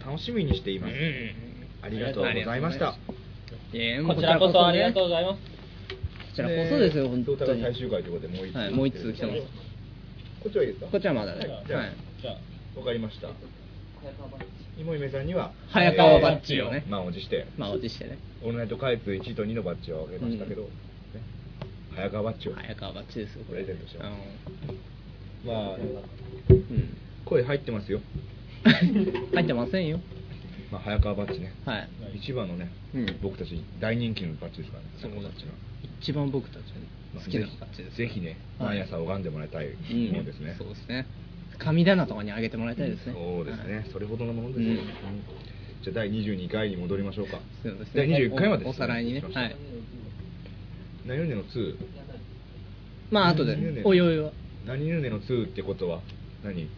A: 楽しみにしています、
C: うん
A: ありがとうございました
C: ありがとうございまいやもう
E: こちらこそありがとう
C: こ
E: ございます。
C: ちらこそですよ本
A: トータ
C: 当
A: ル
C: に
A: 最終回ということでもう一通、
C: はいもう一通来てます
A: こっちはいいですか
C: こっちはまだね
A: じゃあ、
C: はい
E: じゃあ
A: わかりました芋夢さんには
C: 早川バッジをね
A: えー満を持して
C: まあ落ちしてね
A: オールナイト開通1位と2のバッジをあげましたけど、ね早川バッジを
C: 早川バッジですよ
A: プレゼントし
C: あ
A: ま
C: の
A: すまあ
C: うん
A: 声入ってますよ、
C: 入ってませんよ
A: まあ、早川バッジね
C: はい
A: 一番のね、
C: うん
A: 僕たち大人気のバッジですからね
C: そう
A: 早川バッジは
C: 一番僕たち
A: ま
C: の
A: あ
C: 好きな
A: ぜひ
C: 感じです
A: ぜひね
C: はい
A: 毎朝拝んでもらいたいものですね、
C: そうですね神棚とかにあげてもらいたいですね
A: そうですね、
C: はい
A: それほどのものですね、
C: うん
A: じゃあ第22回に戻りましょうか
C: そうですね
A: 第21回まで
C: おおさらいにね
A: しました
C: はい
A: 何々の2
C: まああとで
A: 何々
C: おいおいは
A: 何々の2ってことは何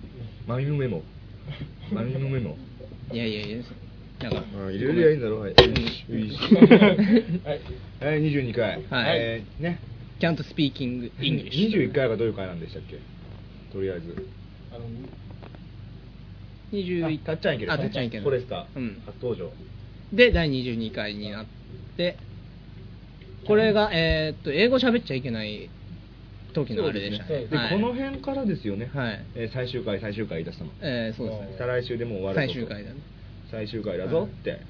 A: マミムメモマミムメモ
C: いやいやいやなんか
A: あいろいろやるんだろうはい、
C: うん
A: よいし
E: はい。
A: はい、22回、
C: はい
A: えーね
C: can't speaking English
A: 21回がどういう回なんでしたっけとりあえず
E: あの
C: 21
A: たっちゃんいける
C: あたっちゃんいける
A: フォレスター、
C: うん
A: 初登場
C: で第22回になってこれがえーっと英語喋っちゃいけない時のあれでしたね
A: で
C: はい
A: この辺からですよね、
C: はい
A: えー最終回最終回言い出したの
C: えーそうですね
A: 再来週でも終わるぞと
C: 最終回だね
A: 最終回だぞって、
C: はい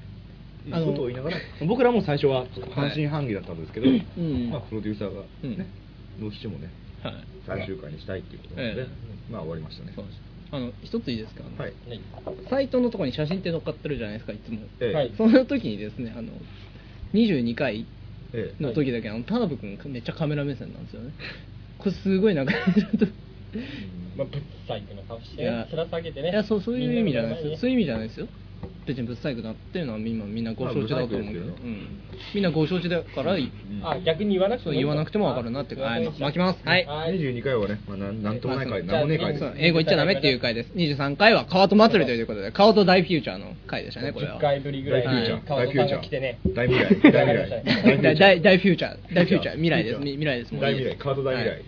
A: いうことを言いながら僕らも最初は半信半疑だったんですけど、
C: うん
A: まあ、プロデューサーが、
C: うん
A: ねどうしてもね
C: はい
A: 最終回にしたいっていうことなので、
C: え
A: まあ終わりましたね
C: そうですあの一ついいですか、
A: はい、
C: サイトのところに写真って載っかってるじゃないですかいつも、
A: ええ
E: はい
C: その時にですねあの22回
A: ええ
C: の時だけ、あの田辺君めっちゃカメラ目線なんですよねこれすごいなんかちょっと
E: まあ、ぶっさいくな顔して
C: いや
E: ね、面下げてね。
C: いやそうそういう意味じゃないですよそういう
E: う
C: 意味じゃないですよ別にぶっさいくなっていうのは今みんなご承知だと思う
A: まあブサイクです
C: んで,、
A: けど
C: うん、みんなご承知だから、
A: うん
E: あ、逆に言わなくて
C: そう言わなくても分かるなってはい巻きますはい
A: 22回はね、まあ、なんなんともない回
E: ま
A: な
E: あ
A: んもねえ
E: 理解
A: 回で
E: じ
A: す
E: ゃ
C: そ
E: あ
C: う英語言っちゃダメっていう回です23回は川戸祭りということで川戸大フューチャーの回でしたねこれは
E: 10回ぶりぐらい
A: 大フューチ
E: に
A: ャー
E: 川
A: 大
E: 戸
A: フューチ
E: さんが
A: ャ
E: 来てね。
A: ー大 未来大未来
C: 大
A: 大未
C: 大
A: 来
C: 大フューチャー、大フ
A: フュ
C: ューチャー、
A: ーチャー
C: 未来です、み未来です、もうい
A: 大
C: いです
A: 未来カード大未来、
C: はい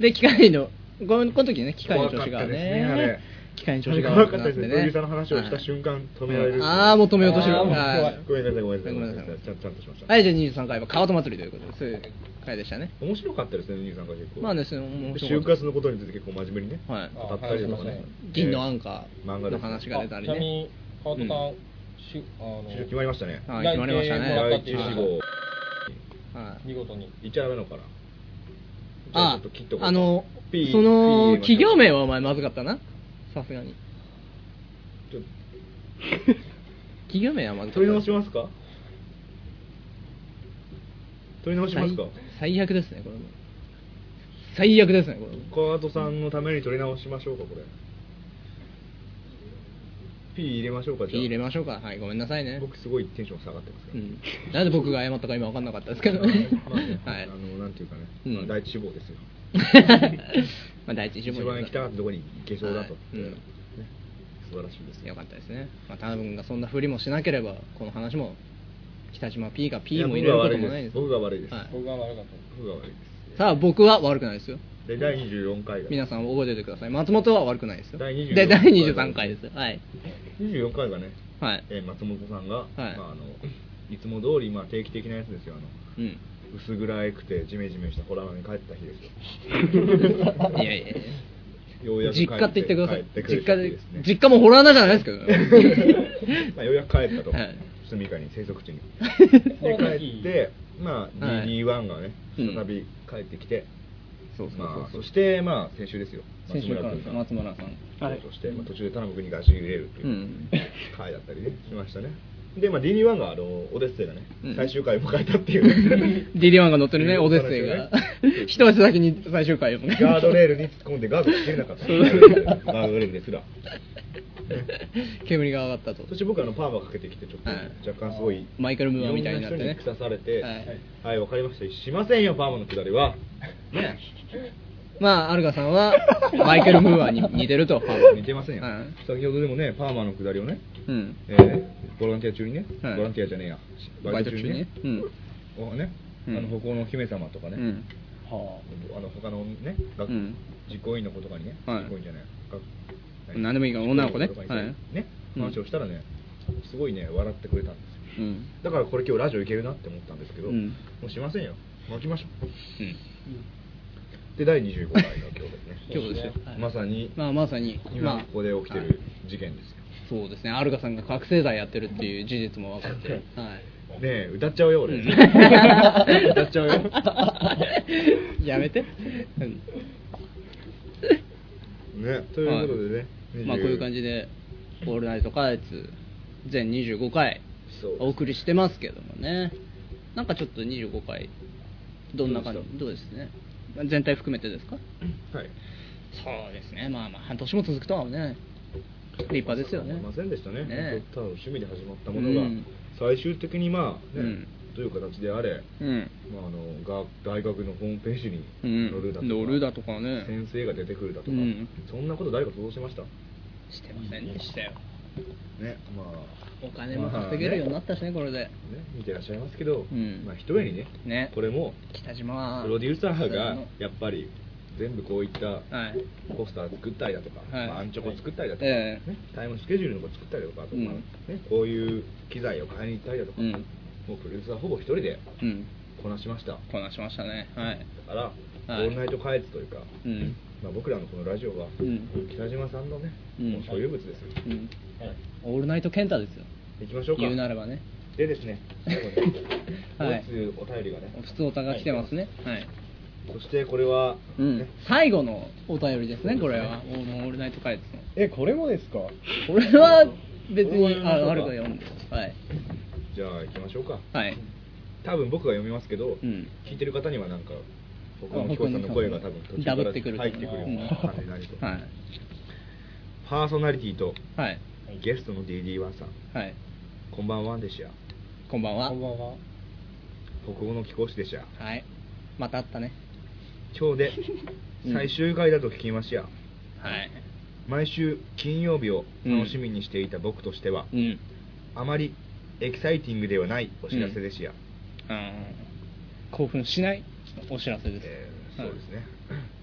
C: で、機械の、このこの時ね、機械の調
A: 怖
C: 子
A: か
C: が
A: ったですねあれ
C: ね、機械の調子が
A: 怖
C: 悪
A: か
C: く
A: っ
C: な
A: た
C: って
A: ですねプロデューサーの話を
C: は
A: し
C: い
A: た瞬間止められる
C: ああ、もう止めようとしてる。
E: あーもう
C: はい
A: ごめんなさいごめんなさい
C: ごめんなさい
A: ちゃんちゃんとしました、
C: はい、じゃあ23回は川戸祭りということで、そういう回でしたね。
A: 面白かったですね23回結構
C: まあですね面白
A: 就
C: かった
A: 活のことについて結構真面目にね
C: はい
A: 語ったりとか
E: あ
A: ね
C: 銀のアンカ
A: えー漫画で
C: ーの
A: す
C: 話が出たり
E: あちなみ
C: ね
E: に。、川戸さん
C: うん、
E: しあの
A: 就職決まりましたね
C: はい、決まりましたね。
E: 内
A: 第
E: 定
A: 一
E: も
A: 志
E: 分か
A: 望
C: はい
E: 見事に。
A: いっちゃダメなのかなじゃあち
C: あ
A: ょっと切っと、こう
C: あの
A: ピー、ピ
C: そ
A: ー入れ
C: の、
A: ましょう
C: 企業名はお前まずかったな。さすが に。
A: ちょっ
C: 企業名はまず
A: と取
C: かった。
A: り直しますか取り直しますか
C: 最最悪ですねこれも最悪ですねこれも
A: 川戸さんのために取り直しましょうかこれピー入れましょうかじゃあ
C: 入れましょうかはいごめんなさいね
A: 僕すごいテンション下がってますか
C: う
A: ら
C: ん、なんで僕が謝ったか今分かんなかったですけどね
A: まあね
C: はい
A: あのなんていうかね
C: うん
A: まあ第一志望ですよ
C: まあ第一
A: 一
C: 志望
A: 番行きたかったところに行けそうだと
C: はいうん
A: ね素晴らしいです
C: よ
A: よ
C: かったですねまあ多分がそんなふりもしなければこの話も北島 P が P も入れることもないです
A: 僕が悪いです
C: はい
E: 僕は悪かった。
A: 僕が悪いです
C: さあ僕は悪くないですよ
A: で第24回が
C: 皆さん覚えておいてください松本は悪くないですよ
A: 第24
C: で第23回ですはい
A: 24回がね、
C: はい
A: えー松本さんが、
C: い
A: まあ、あのいつも通りまあ定期的なやつですよあの
C: うん
A: 薄暗くてジメジメしたホラーに帰った日ですよ
C: いやいやいや
A: ようやく帰
C: 実家って言ってください
A: 帰てくれ
C: 実
A: た
C: 家
A: 日
C: です
A: ね
C: 実家もホラー穴じゃないですけどね
A: まあ、ようやく帰ったと、
C: はい
A: 住みかに生息 地に
E: これ
A: で
E: がい
A: 帰
E: い
A: って、まあ、
C: はい
A: DD1 がね
C: うん
A: 再び帰ってきて、
C: そうそうそうそう
A: まあ、そして、まあ、先週ですよ
C: 先週から
A: 君が
C: 松村さん
A: そうそして、まあ、途中で田辺君にガチ入れるという、
C: うん
A: 回だったりねしましたねで、まあ、DD1 があのオデッセイがね、
C: うん
A: 最終回を迎えたって いう
C: ディリワンが乗ってるね、オデッセイが。一足先に最終回をね。
A: ガードレールに突っ込んでガードが切れなかったガードレールですら
C: 煙が上がったと。
A: そして僕あのパーマかけてきてちょっと
C: はい
A: 若干すごい
C: マイケルムーアみたいになってね
A: いろん人に腐されて
C: は
A: はいわかりましたしませんよパーマのくだりはね
C: まあ、アルガさんは、マイケル・ムーア に似てると。
A: 似てませんよ
C: はい
A: 先ほどでもねパーマのくだりをね
C: うん。
A: えーボランティア中にねボ
C: はい
A: ランティアじゃねえや
C: バイト中にね。うん。
A: おねあ
C: うん
A: の歩行のお姫様とか
C: う
A: ね
C: ん。
A: あの他のね、学
C: うん
A: 実行委員の子とかにね、
C: はい
A: 実行委員じゃない、学
C: 何でもいいから女の子ね
A: 実行委員とかに
C: はい
A: ね、話をしたらね、すごいね、笑ってくれたんですよ。
C: うん
A: だからこれ今日ラジオいけるなって思ったんですけど、
C: うん
A: もうしませんよ巻きましょう、で第25回が今日ですね
C: 今日ですよはい
A: まさに、
C: まあまさにま
A: 今
C: あ
A: ここで起きてる事件ですよ、
C: そうですねアルガさんが覚醒剤やってるっていう事実も分かってる、はい
A: ねえ歌っちゃうよ俺、
C: う ん
A: 歌っちゃうよ
C: やめて、うん
A: ねということでね、
C: はいまあこういう感じで「オールナイトカエツ」全25回
A: そうです
C: お送りしてますけどもねなんかちょっと25回どんな感じど
A: ど
C: うですね全体含めてですか
A: はい
C: そうですねまあまあ半年も続くとはね立派ですよね
A: 思いませんでしたね
C: ね
A: 本当ただの趣味で始まったものが、
C: うん
A: 最終的にまあ、ね
C: うん
A: どういう形であれ、
C: うん
A: まあ、あのが大学のホームページに
C: うん
A: 載るだとか,、
C: 載るだとかね
A: 先生が出てくるだとか、
C: うん
A: そんなこと誰か想像しました
C: してませんでしたよ
A: ねまあ
C: お金も稼げるようになったしねこれで
A: ね、見てらっしゃいますけど、
C: うん
A: まあ、一重にね
C: ね
A: これも
C: 北島は
A: プロデューサーが
C: の
A: やっぱり全部こういった
C: はい
A: ポスター作ったりだとか、
C: はい
A: まあアンチョコ作ったりだとか、
C: ええ
A: ね、タイムスケジュールのこと作ったりだとか、あと
C: うん
A: まあね、こういう機材を買いに行ったりだとか、
C: うん
A: もうプロデューサーはほぼ一人で
C: うん
A: こなしました、だ
C: こなしましたねはい
A: から、
C: はい
A: オールナイト開発というか、
C: うん
A: まあ、僕らのこのラジオは、
C: うん
A: 北島さんのね、
C: うん
A: もう所有物ですよ、
C: うんオールナイトケンタですよ
A: 行きましょうか
C: 言うなればね
A: でですね最後に
C: は
A: も
C: い
A: 一
C: う
A: 通お便りがね
C: 普通おたが来てますねはい
A: そしてこれは、
C: うん
A: ね、
C: 最後のお便りですね、これは。オールナイトカイツの。
D: え、これもですか
C: これは別
A: これ
C: に、
A: は
C: あ、あ
A: 読
C: る
A: みましょうか
C: が読んで。はい。
A: じゃあ行きましょうか
C: はい。
A: 多分僕が読みますけど、
C: うん
A: 聞いてる方にはなんか僕の彦さんの声が多分途中か
C: ダ
A: ら
C: ブってくる
A: 入ってくるような感じになりそう、
C: はい。
A: パーソナリティと
C: はい。
A: ゲストの DD1 さん
C: はい。
A: こんばんはんでしゃ
C: こんばんは。
E: こんばんは。
A: 北欧の貴公子でしゃ
C: はい。またあったね。
A: 今日で最終回だと聞きましや、
C: はい。
A: 毎週金曜日を楽しみにしていた僕としては、
C: うん。
A: あまりエキサイティングではないお知らせでしや、
C: うん。興奮しないお知らせです。
A: えーそうですね、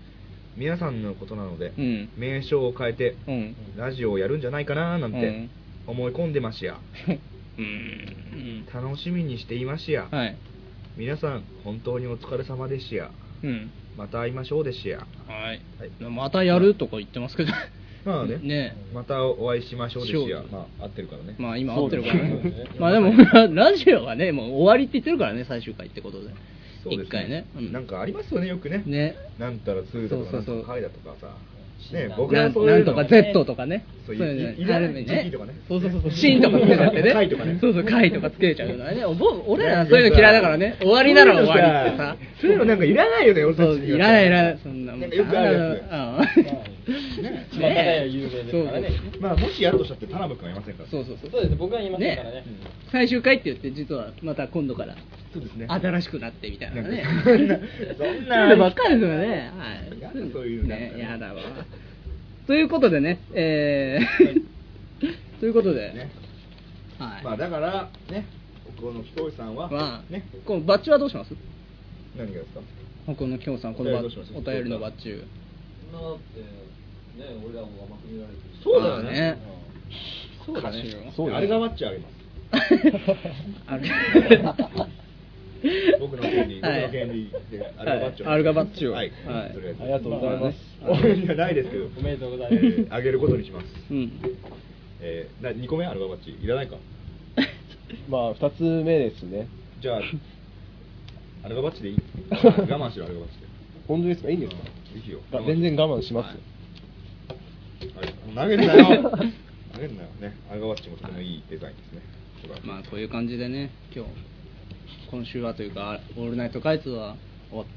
A: 皆さんのことなので、
C: うん
A: 名称を変えて、
C: うん
A: ラジオをやるんじゃないかなーなんて思い込んでましや、
C: はい。うん。
A: 楽しみにしていましや、
C: はい。
A: 皆さん本当にお疲れ様でしや
C: うん。
A: また会いましょうでしや
C: はい
A: はい。
C: またやるとか言ってますけど。
A: まあね
C: ねえ
A: またお会いしましょうでしや
C: しよう
A: まあ合ってるからね
C: まあ今合ってるか
A: そ
C: ら
A: うです
C: ね
A: ね。
C: まあでも、ラジオはね、もう終わりって言ってるからね、最終回ってことで。
A: そうです
C: 一回ね。う
A: なんかありますよねよくね
C: ね
A: なんたら2だとか
C: そ
A: な
C: う
A: た
C: んそうそう
A: ら回だとかさ
E: な
A: ね
E: ん
A: 僕
C: な
A: ら
C: ん
A: そういうの
C: なんとか Z とかね。
A: そう
C: いうの
A: いいらない
C: あれ
A: 時期とかね
C: そうそうそうそう。シーンとかつけちゃってね。
A: 貝とかね
C: そうそう、貝とかつけちゃうのはね。おぼ俺らそういうの嫌いだからね。終わりなら終わりってさ。
A: そういうのなんかいらないよね俺たち
C: そう
A: にはい
C: らないいらないそんなも
A: んかよくあるやつ
C: うん
E: ね巷では有名ですからね
C: そう
A: まあもしやるとしたって田辺君はいませんから
C: そうそうそう
E: そうです僕は言いませんからね
C: 最終回って言って実はまた今度から
A: そうですね
C: 新しくなってみたいなね
A: なんかそ んなそんな
C: そういうのばっかりですよねはい
A: やだそういうのなん
C: ね
A: かね
C: やだわということでねえーということで
A: ね
C: はい
A: まあだからねこのひとりさんは
C: まあ
A: ね
C: このバッジはどうします
A: 何がですか
C: 北欧の京さんこのバ
A: お便りど
C: ッ
A: うします
C: お便りのバッジ
B: だってね俺らも甘く見られてる
A: そうだよね
C: そうだね
D: そうだね
A: あれがマッチあ げます
C: あれ
A: 僕の権利、
C: はい
A: 僕の権利でアルガバッチョ、
C: はいアルガバッチョ
A: はい、
C: はい
A: とりあえず
E: ありがとうございます
A: まあねあいやないですけど
E: おめでとうございます
A: えーあげることにします
C: うん
A: えー、な2個目アルガバッチいらないか
D: まあ、二つ目ですね。
A: じゃあアルガバッチでい い我慢しろアルガバッチ
D: 本当ですかいいんですか
A: でいいよ
D: が全然我慢しますよ。
A: はい投げんなよ投げんなよねアルガバッチもとてもいいデザインですね
C: まあこういう感じでね今日今週はというか「オールナイトカイツは」は
A: 終わ
C: し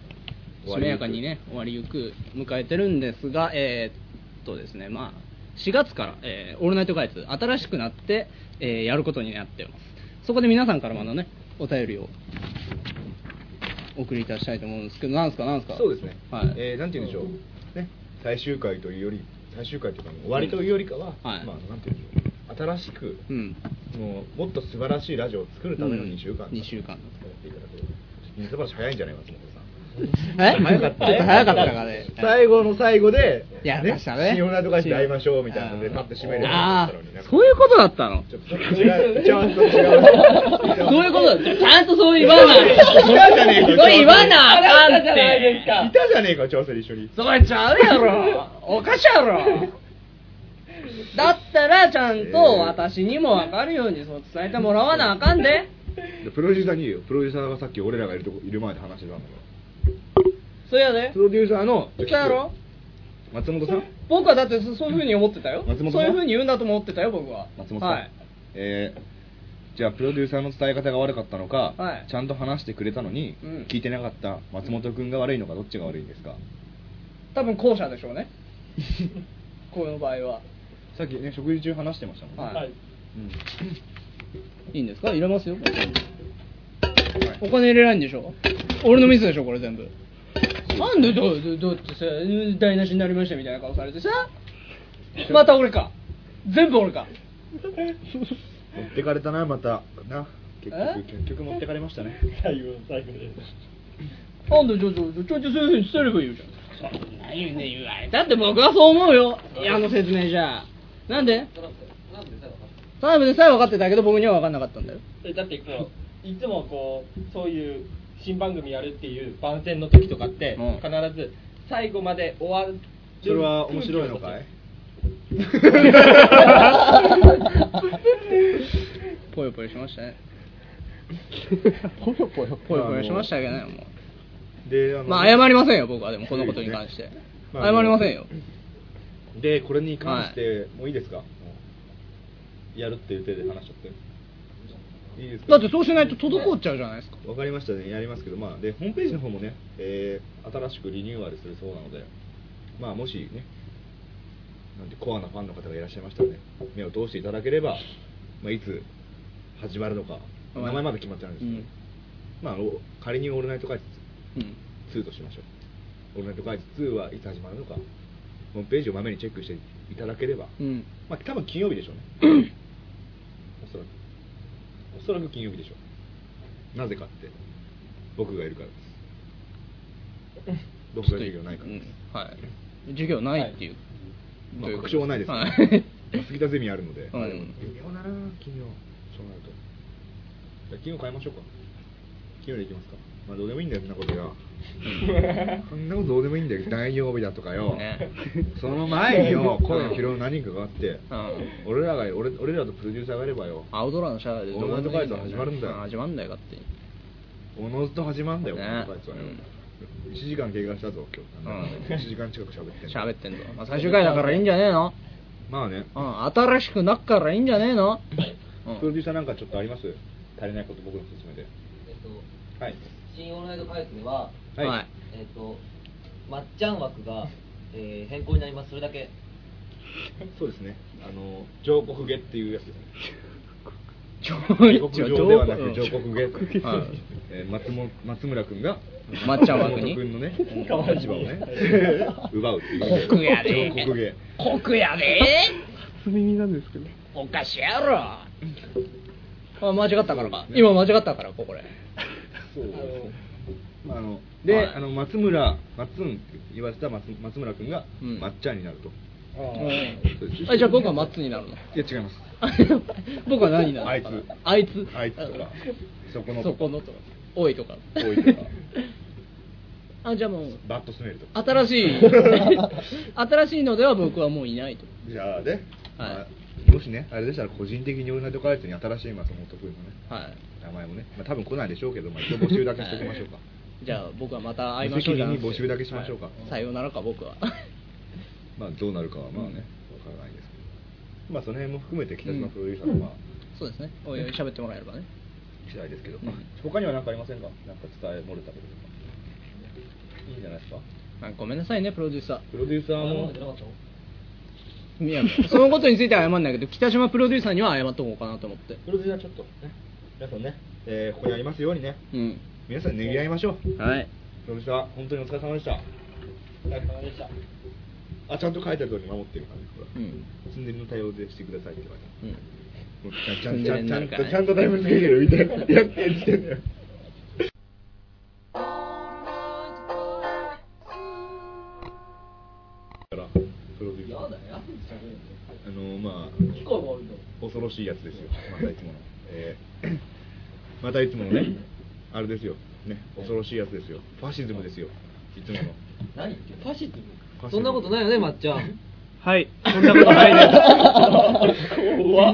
A: りゆく
C: めやかにね終わりゆく迎えてるんですがえーっとですねまあ4月から、えーオールナイトカイツ」新しくなって、えーやることになってますそこで皆さんからまだねお便りをお送りいたしたいと思うんですけどなんすかなんすか
A: そうですね、
C: はい
A: えーなんて言うんでしょう、ね、最終回というより最終回というかもう終わりというよりかは、
C: はい
A: まあなんて言うんでしょう新しく、
C: うん
A: もうもっと素晴らしいラジオを作るための
C: うん
A: 2週間、
C: 二週間
A: やっていただければ水橋早いんじゃないかと思ってさ
C: え早かったちょっと早かったかね
A: 最後の最後で、
C: やりましたね
A: シオナとかして会いましょうみたいなので、パッと締める
C: ああそういうことだったの
A: ちょっと違う、ちゃんと 違う。
C: そういうことだちゃんとそう言わないそう言わなあかんって
A: いたじゃねえか、調整一緒に。
C: それちゃうやろおかしいやろだったらちゃんと私にも分かるようにそう伝えてもらわなあかんで
A: でプロデューサーに言うよ。プロデューサーがさっき俺らがいるとこいる前で話してたんだから。
C: そうやで
A: プロデューサーの、
C: そうやろ
A: 松本さん
C: 僕はだってそそういうふうに思ってたよ
A: 松本さん
C: そういうふうに言うんだと思ってたよ僕は
A: 松本さん、
C: はい
A: えーじゃあプロデューサーの伝え方が悪かったのか、
C: はい
A: ちゃんと話してくれたのに、
C: うん
A: 聞いてなかった松本君が悪いのかどっちが悪いんですか
C: 多分後者でしょうねこの場合は
A: さっきね食事中話してましたもんね、
C: はい、
A: うん
C: いいんですか入れますよお金入れないんでしょ俺のミスでしょこれ全部なんでどうどうどうってさ台無しになりましたみたいな顔されてさまた俺か全部俺か
A: 持ってかれたなまたな結
C: え
A: 局結局持ってかれましたね
E: 最後の最後で。
C: なんでちょちょちょちょちょそういうふうに伝えればいいじゃんそんな言うね言われたって僕はそう思うよいやあの説明じゃなんで田辺でさえ分かってたけど僕には分かんなかったんだよ
E: えだってこういつもこうそういう新番組やるっていう番宣の時とかって、
A: うん
E: 必ず最後まで終わる
A: それは面白いのかい
C: ぽよぽよしましたね
D: ぽよぽよ
C: ぽよぽよしましたけどねも
A: で
C: う
A: あの
C: まあ謝りませんよ僕はでもこのことに関して、
A: まあ
C: 謝りませんよ
A: でこれに関して、もういいですかもうやるっていう手で話しちゃっていいですか
C: だってそうしないと滞っちゃうじゃないですか
A: わかりましたね、やりますけど、まあ、でホームページの方もね、えー新しくリニューアルするそうなので、まあ、もしね、なんてコアなファンの方がいらっしゃいましたらね、目を通していただければ、まあ、いつ始まるのか、
C: はい
A: 名前まだ決まってないんですけど、まあお、仮にオールナイト開
C: うん
A: ツ2としましょう、オールナイト開ツ2はいつ始まるのか、ホームページをまめにチェックしていただければ、
C: うん
A: まあ多分金曜日でしょうね、おそらく、おそらく金曜日でしょう、なぜかって、僕がいるからです、僕が授業ないからです、
C: うんはい授業ないっていう、
A: ま
C: と
A: あ
C: いうこと
A: 確証はないですけど、
C: はい
A: まあ杉田ゼミあるので、
C: ん
A: まあでも微妙だな、金曜、そうなると、じゃあ金曜変えましょうか、金曜でいきますか、まあどうでもいいんだよ、そんなことよ。そんなことどうでもいいんだよ、大曜日だとかよ、
C: ね
A: その前によ、声の拾う何かがあって、
C: うん
A: 俺らが俺俺らとプロデューサーがいればよ、
C: 青空のシャワーで
A: オールナイトカイツは始まるんだよ
C: う始まるんだよ勝手に
A: おのずと始まるんだよ、
C: ね
A: この会社はよ。1時間経過したぞ、今日。
C: うん
A: 1時間近く喋ってんの
C: 喋ってんぞ、まあ、最終回だからいいんじゃねえの、
A: まあね、
C: うん、新しくなっからいいんじゃねえの、う
A: プロ
C: ん、
A: デューサーなんかちょっとあります足りないこと僕の説明で。
K: えっと、
A: はい。
K: 新オールナイト開発では、
A: はい。
C: はい
K: えっと、まっちゃん枠が、えー変更になります。それだけ。
A: そうですね。あの、上国下っていうやつですね。
C: ちょ
A: 上国上ではなく上
C: 国
A: 国下。
C: はい
A: えー松も松村君が、
C: まっちゃん枠に
A: 松本君のね、
K: かわいい
A: 立場をね、奪うっていう。
C: 国やで
A: 上国下。
C: 国やで
J: 初耳なんですけど。
C: おかしいやろあ間違ったからか今間違ったからかこれ
A: そうですね。まああので、
C: はい
A: あの松村松んって言わせた松松村君が
C: うん
A: 抹茶になると。そうです
C: あじゃあ僕はマッツに なるの
A: いや違います。
C: 僕は何になるの
A: あいつ
C: あいつ
A: あいつとかそこの
C: そこのとかおいとか
A: おいとか
C: あじゃあもう
A: バットスネイルとか。
C: 新しい 新しいのでは僕はもういないと
A: じゃあね、まあもしねあれでしたら個人的にオールナイト開発に新しい松本君のね
C: はい
A: 名前もね、まあ多分来ないでしょうけど、まあ一応募集だけしておきま しょうか。
C: じゃあ僕はまた会いましょうじゃなくて
A: 無責任に募集だけしましょうか
C: はいさようならか僕は
A: まあどうなるかはまあねわからないですけど、まあその辺も含めて北島プロデューサーのまあ
C: そうですねおいおい喋ってもらえればね
A: 次第ですけど、他には何かありませんか？なんか伝え漏れたこととか。いいんじゃないですか？
C: あごめんなさいねプロデューサ
A: プロデューサーの
C: ーいやそのことについては謝んないけど北島プロデューサーには謝っとこうかなと思って
A: プロデューサーちょっとね、皆さんね、えーここにありますようにね、
C: うん
A: 皆さんねぎらいましょう。
C: はい
A: プロデューサー本当にお疲れ様でした。
E: お疲れ様でした。
A: あちゃんと書いてある通り守ってるからね。こ
C: う
A: れ
C: ん
A: ツンデレの対応でしてくださいって言われた。
C: うん
A: ちゃんちゃんちゃんとちゃんとタイムつ けてるみたいなやってんしてんだよ。
G: 「
A: ま
E: 機械もあるんだ
A: あ恐ろしいやつですよまたいつもの、えー またいつものねあれですよね恐ろしいやつですよファシズムですよいつもの
E: 何言ってんのファシズム
A: ファシズム
K: そんなことないよね、まっちゃん。
J: はい、そんなことないです。
A: 怖っ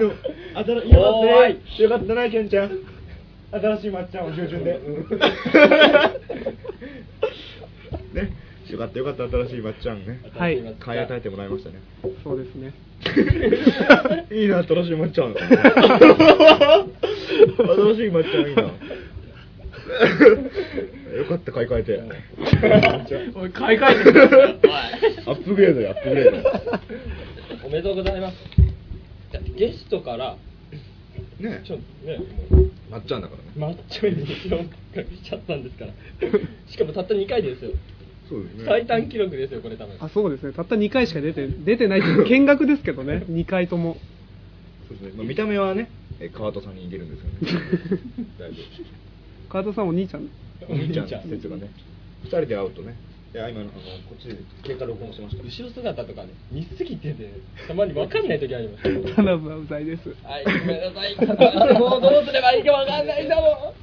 A: 新しい
E: 怖い
A: よかったなけんちゃん新しいまっちゃんを従順で ねよかったよかった新しいまっちゃんね
J: はい
A: 買い与えてもらいましたね
J: そうですね。
A: いいな新しいまっちゃ ん新しいまっちゃんいいな よかった買い替え て
J: おい、買い替えてくれ
A: アップグレードやアップグレー
E: おめでとうございますじゃあゲストから
A: ドね
E: ちょっとね
A: まっちゃんだからね
E: マッチョに記録しちゃったんですからしかもたった2回ですよ
A: そうですね
E: 最短記録ですよこれ多分
J: あ、そうですね。たった2回しか出て、出てないっていう か見学ですけどね、2回とも。
A: そうですね、まあ、見た目はね、えー川戸さんに似てるんですよ ね。だいぶ。
J: 川田さんお兄ちゃん。
A: お兄ちゃん、説がね。二人で会うとね。いや、今の、あの、こっちで経過録音しました。
E: 後ろ姿とかね見すぎててたまに分かんない時ありますよ
J: 田辺はうざいです。
E: はいごめんなさいもうどうすればいいか分かんないんだも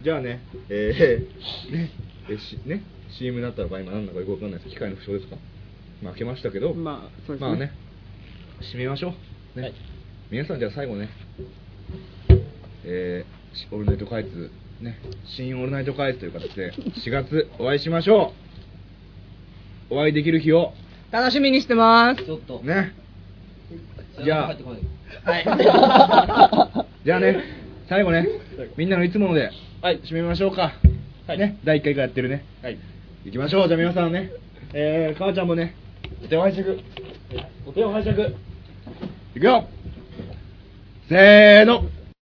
A: じゃあね、えー、 ね、えーし、ね、CM になったらば今何だかよくわかんないです。機械の負傷ですかまあ、開けましたけど、
J: まあそうですね
A: まあね、締めましょう。ね。
E: はい
A: 皆さん、じゃあ最後ね、えーしオールナイト開通、ね、新オールナイト開通という形で、4月お会いしましょうお会いできる日を。
C: 楽しみにしてます。
K: ちょっと。
A: ね。じゃあ、
K: はい。
A: じゃあね、最後ね、みんなのいつもので、
E: はい
A: 締めましょうか。
E: はい
A: ね、第1回からやってるね。
E: はい
A: 行きましょう、じゃあ皆さんね。えー、母ちゃんもね、お手を拝借。
E: うお手を拝借
A: いくよせーの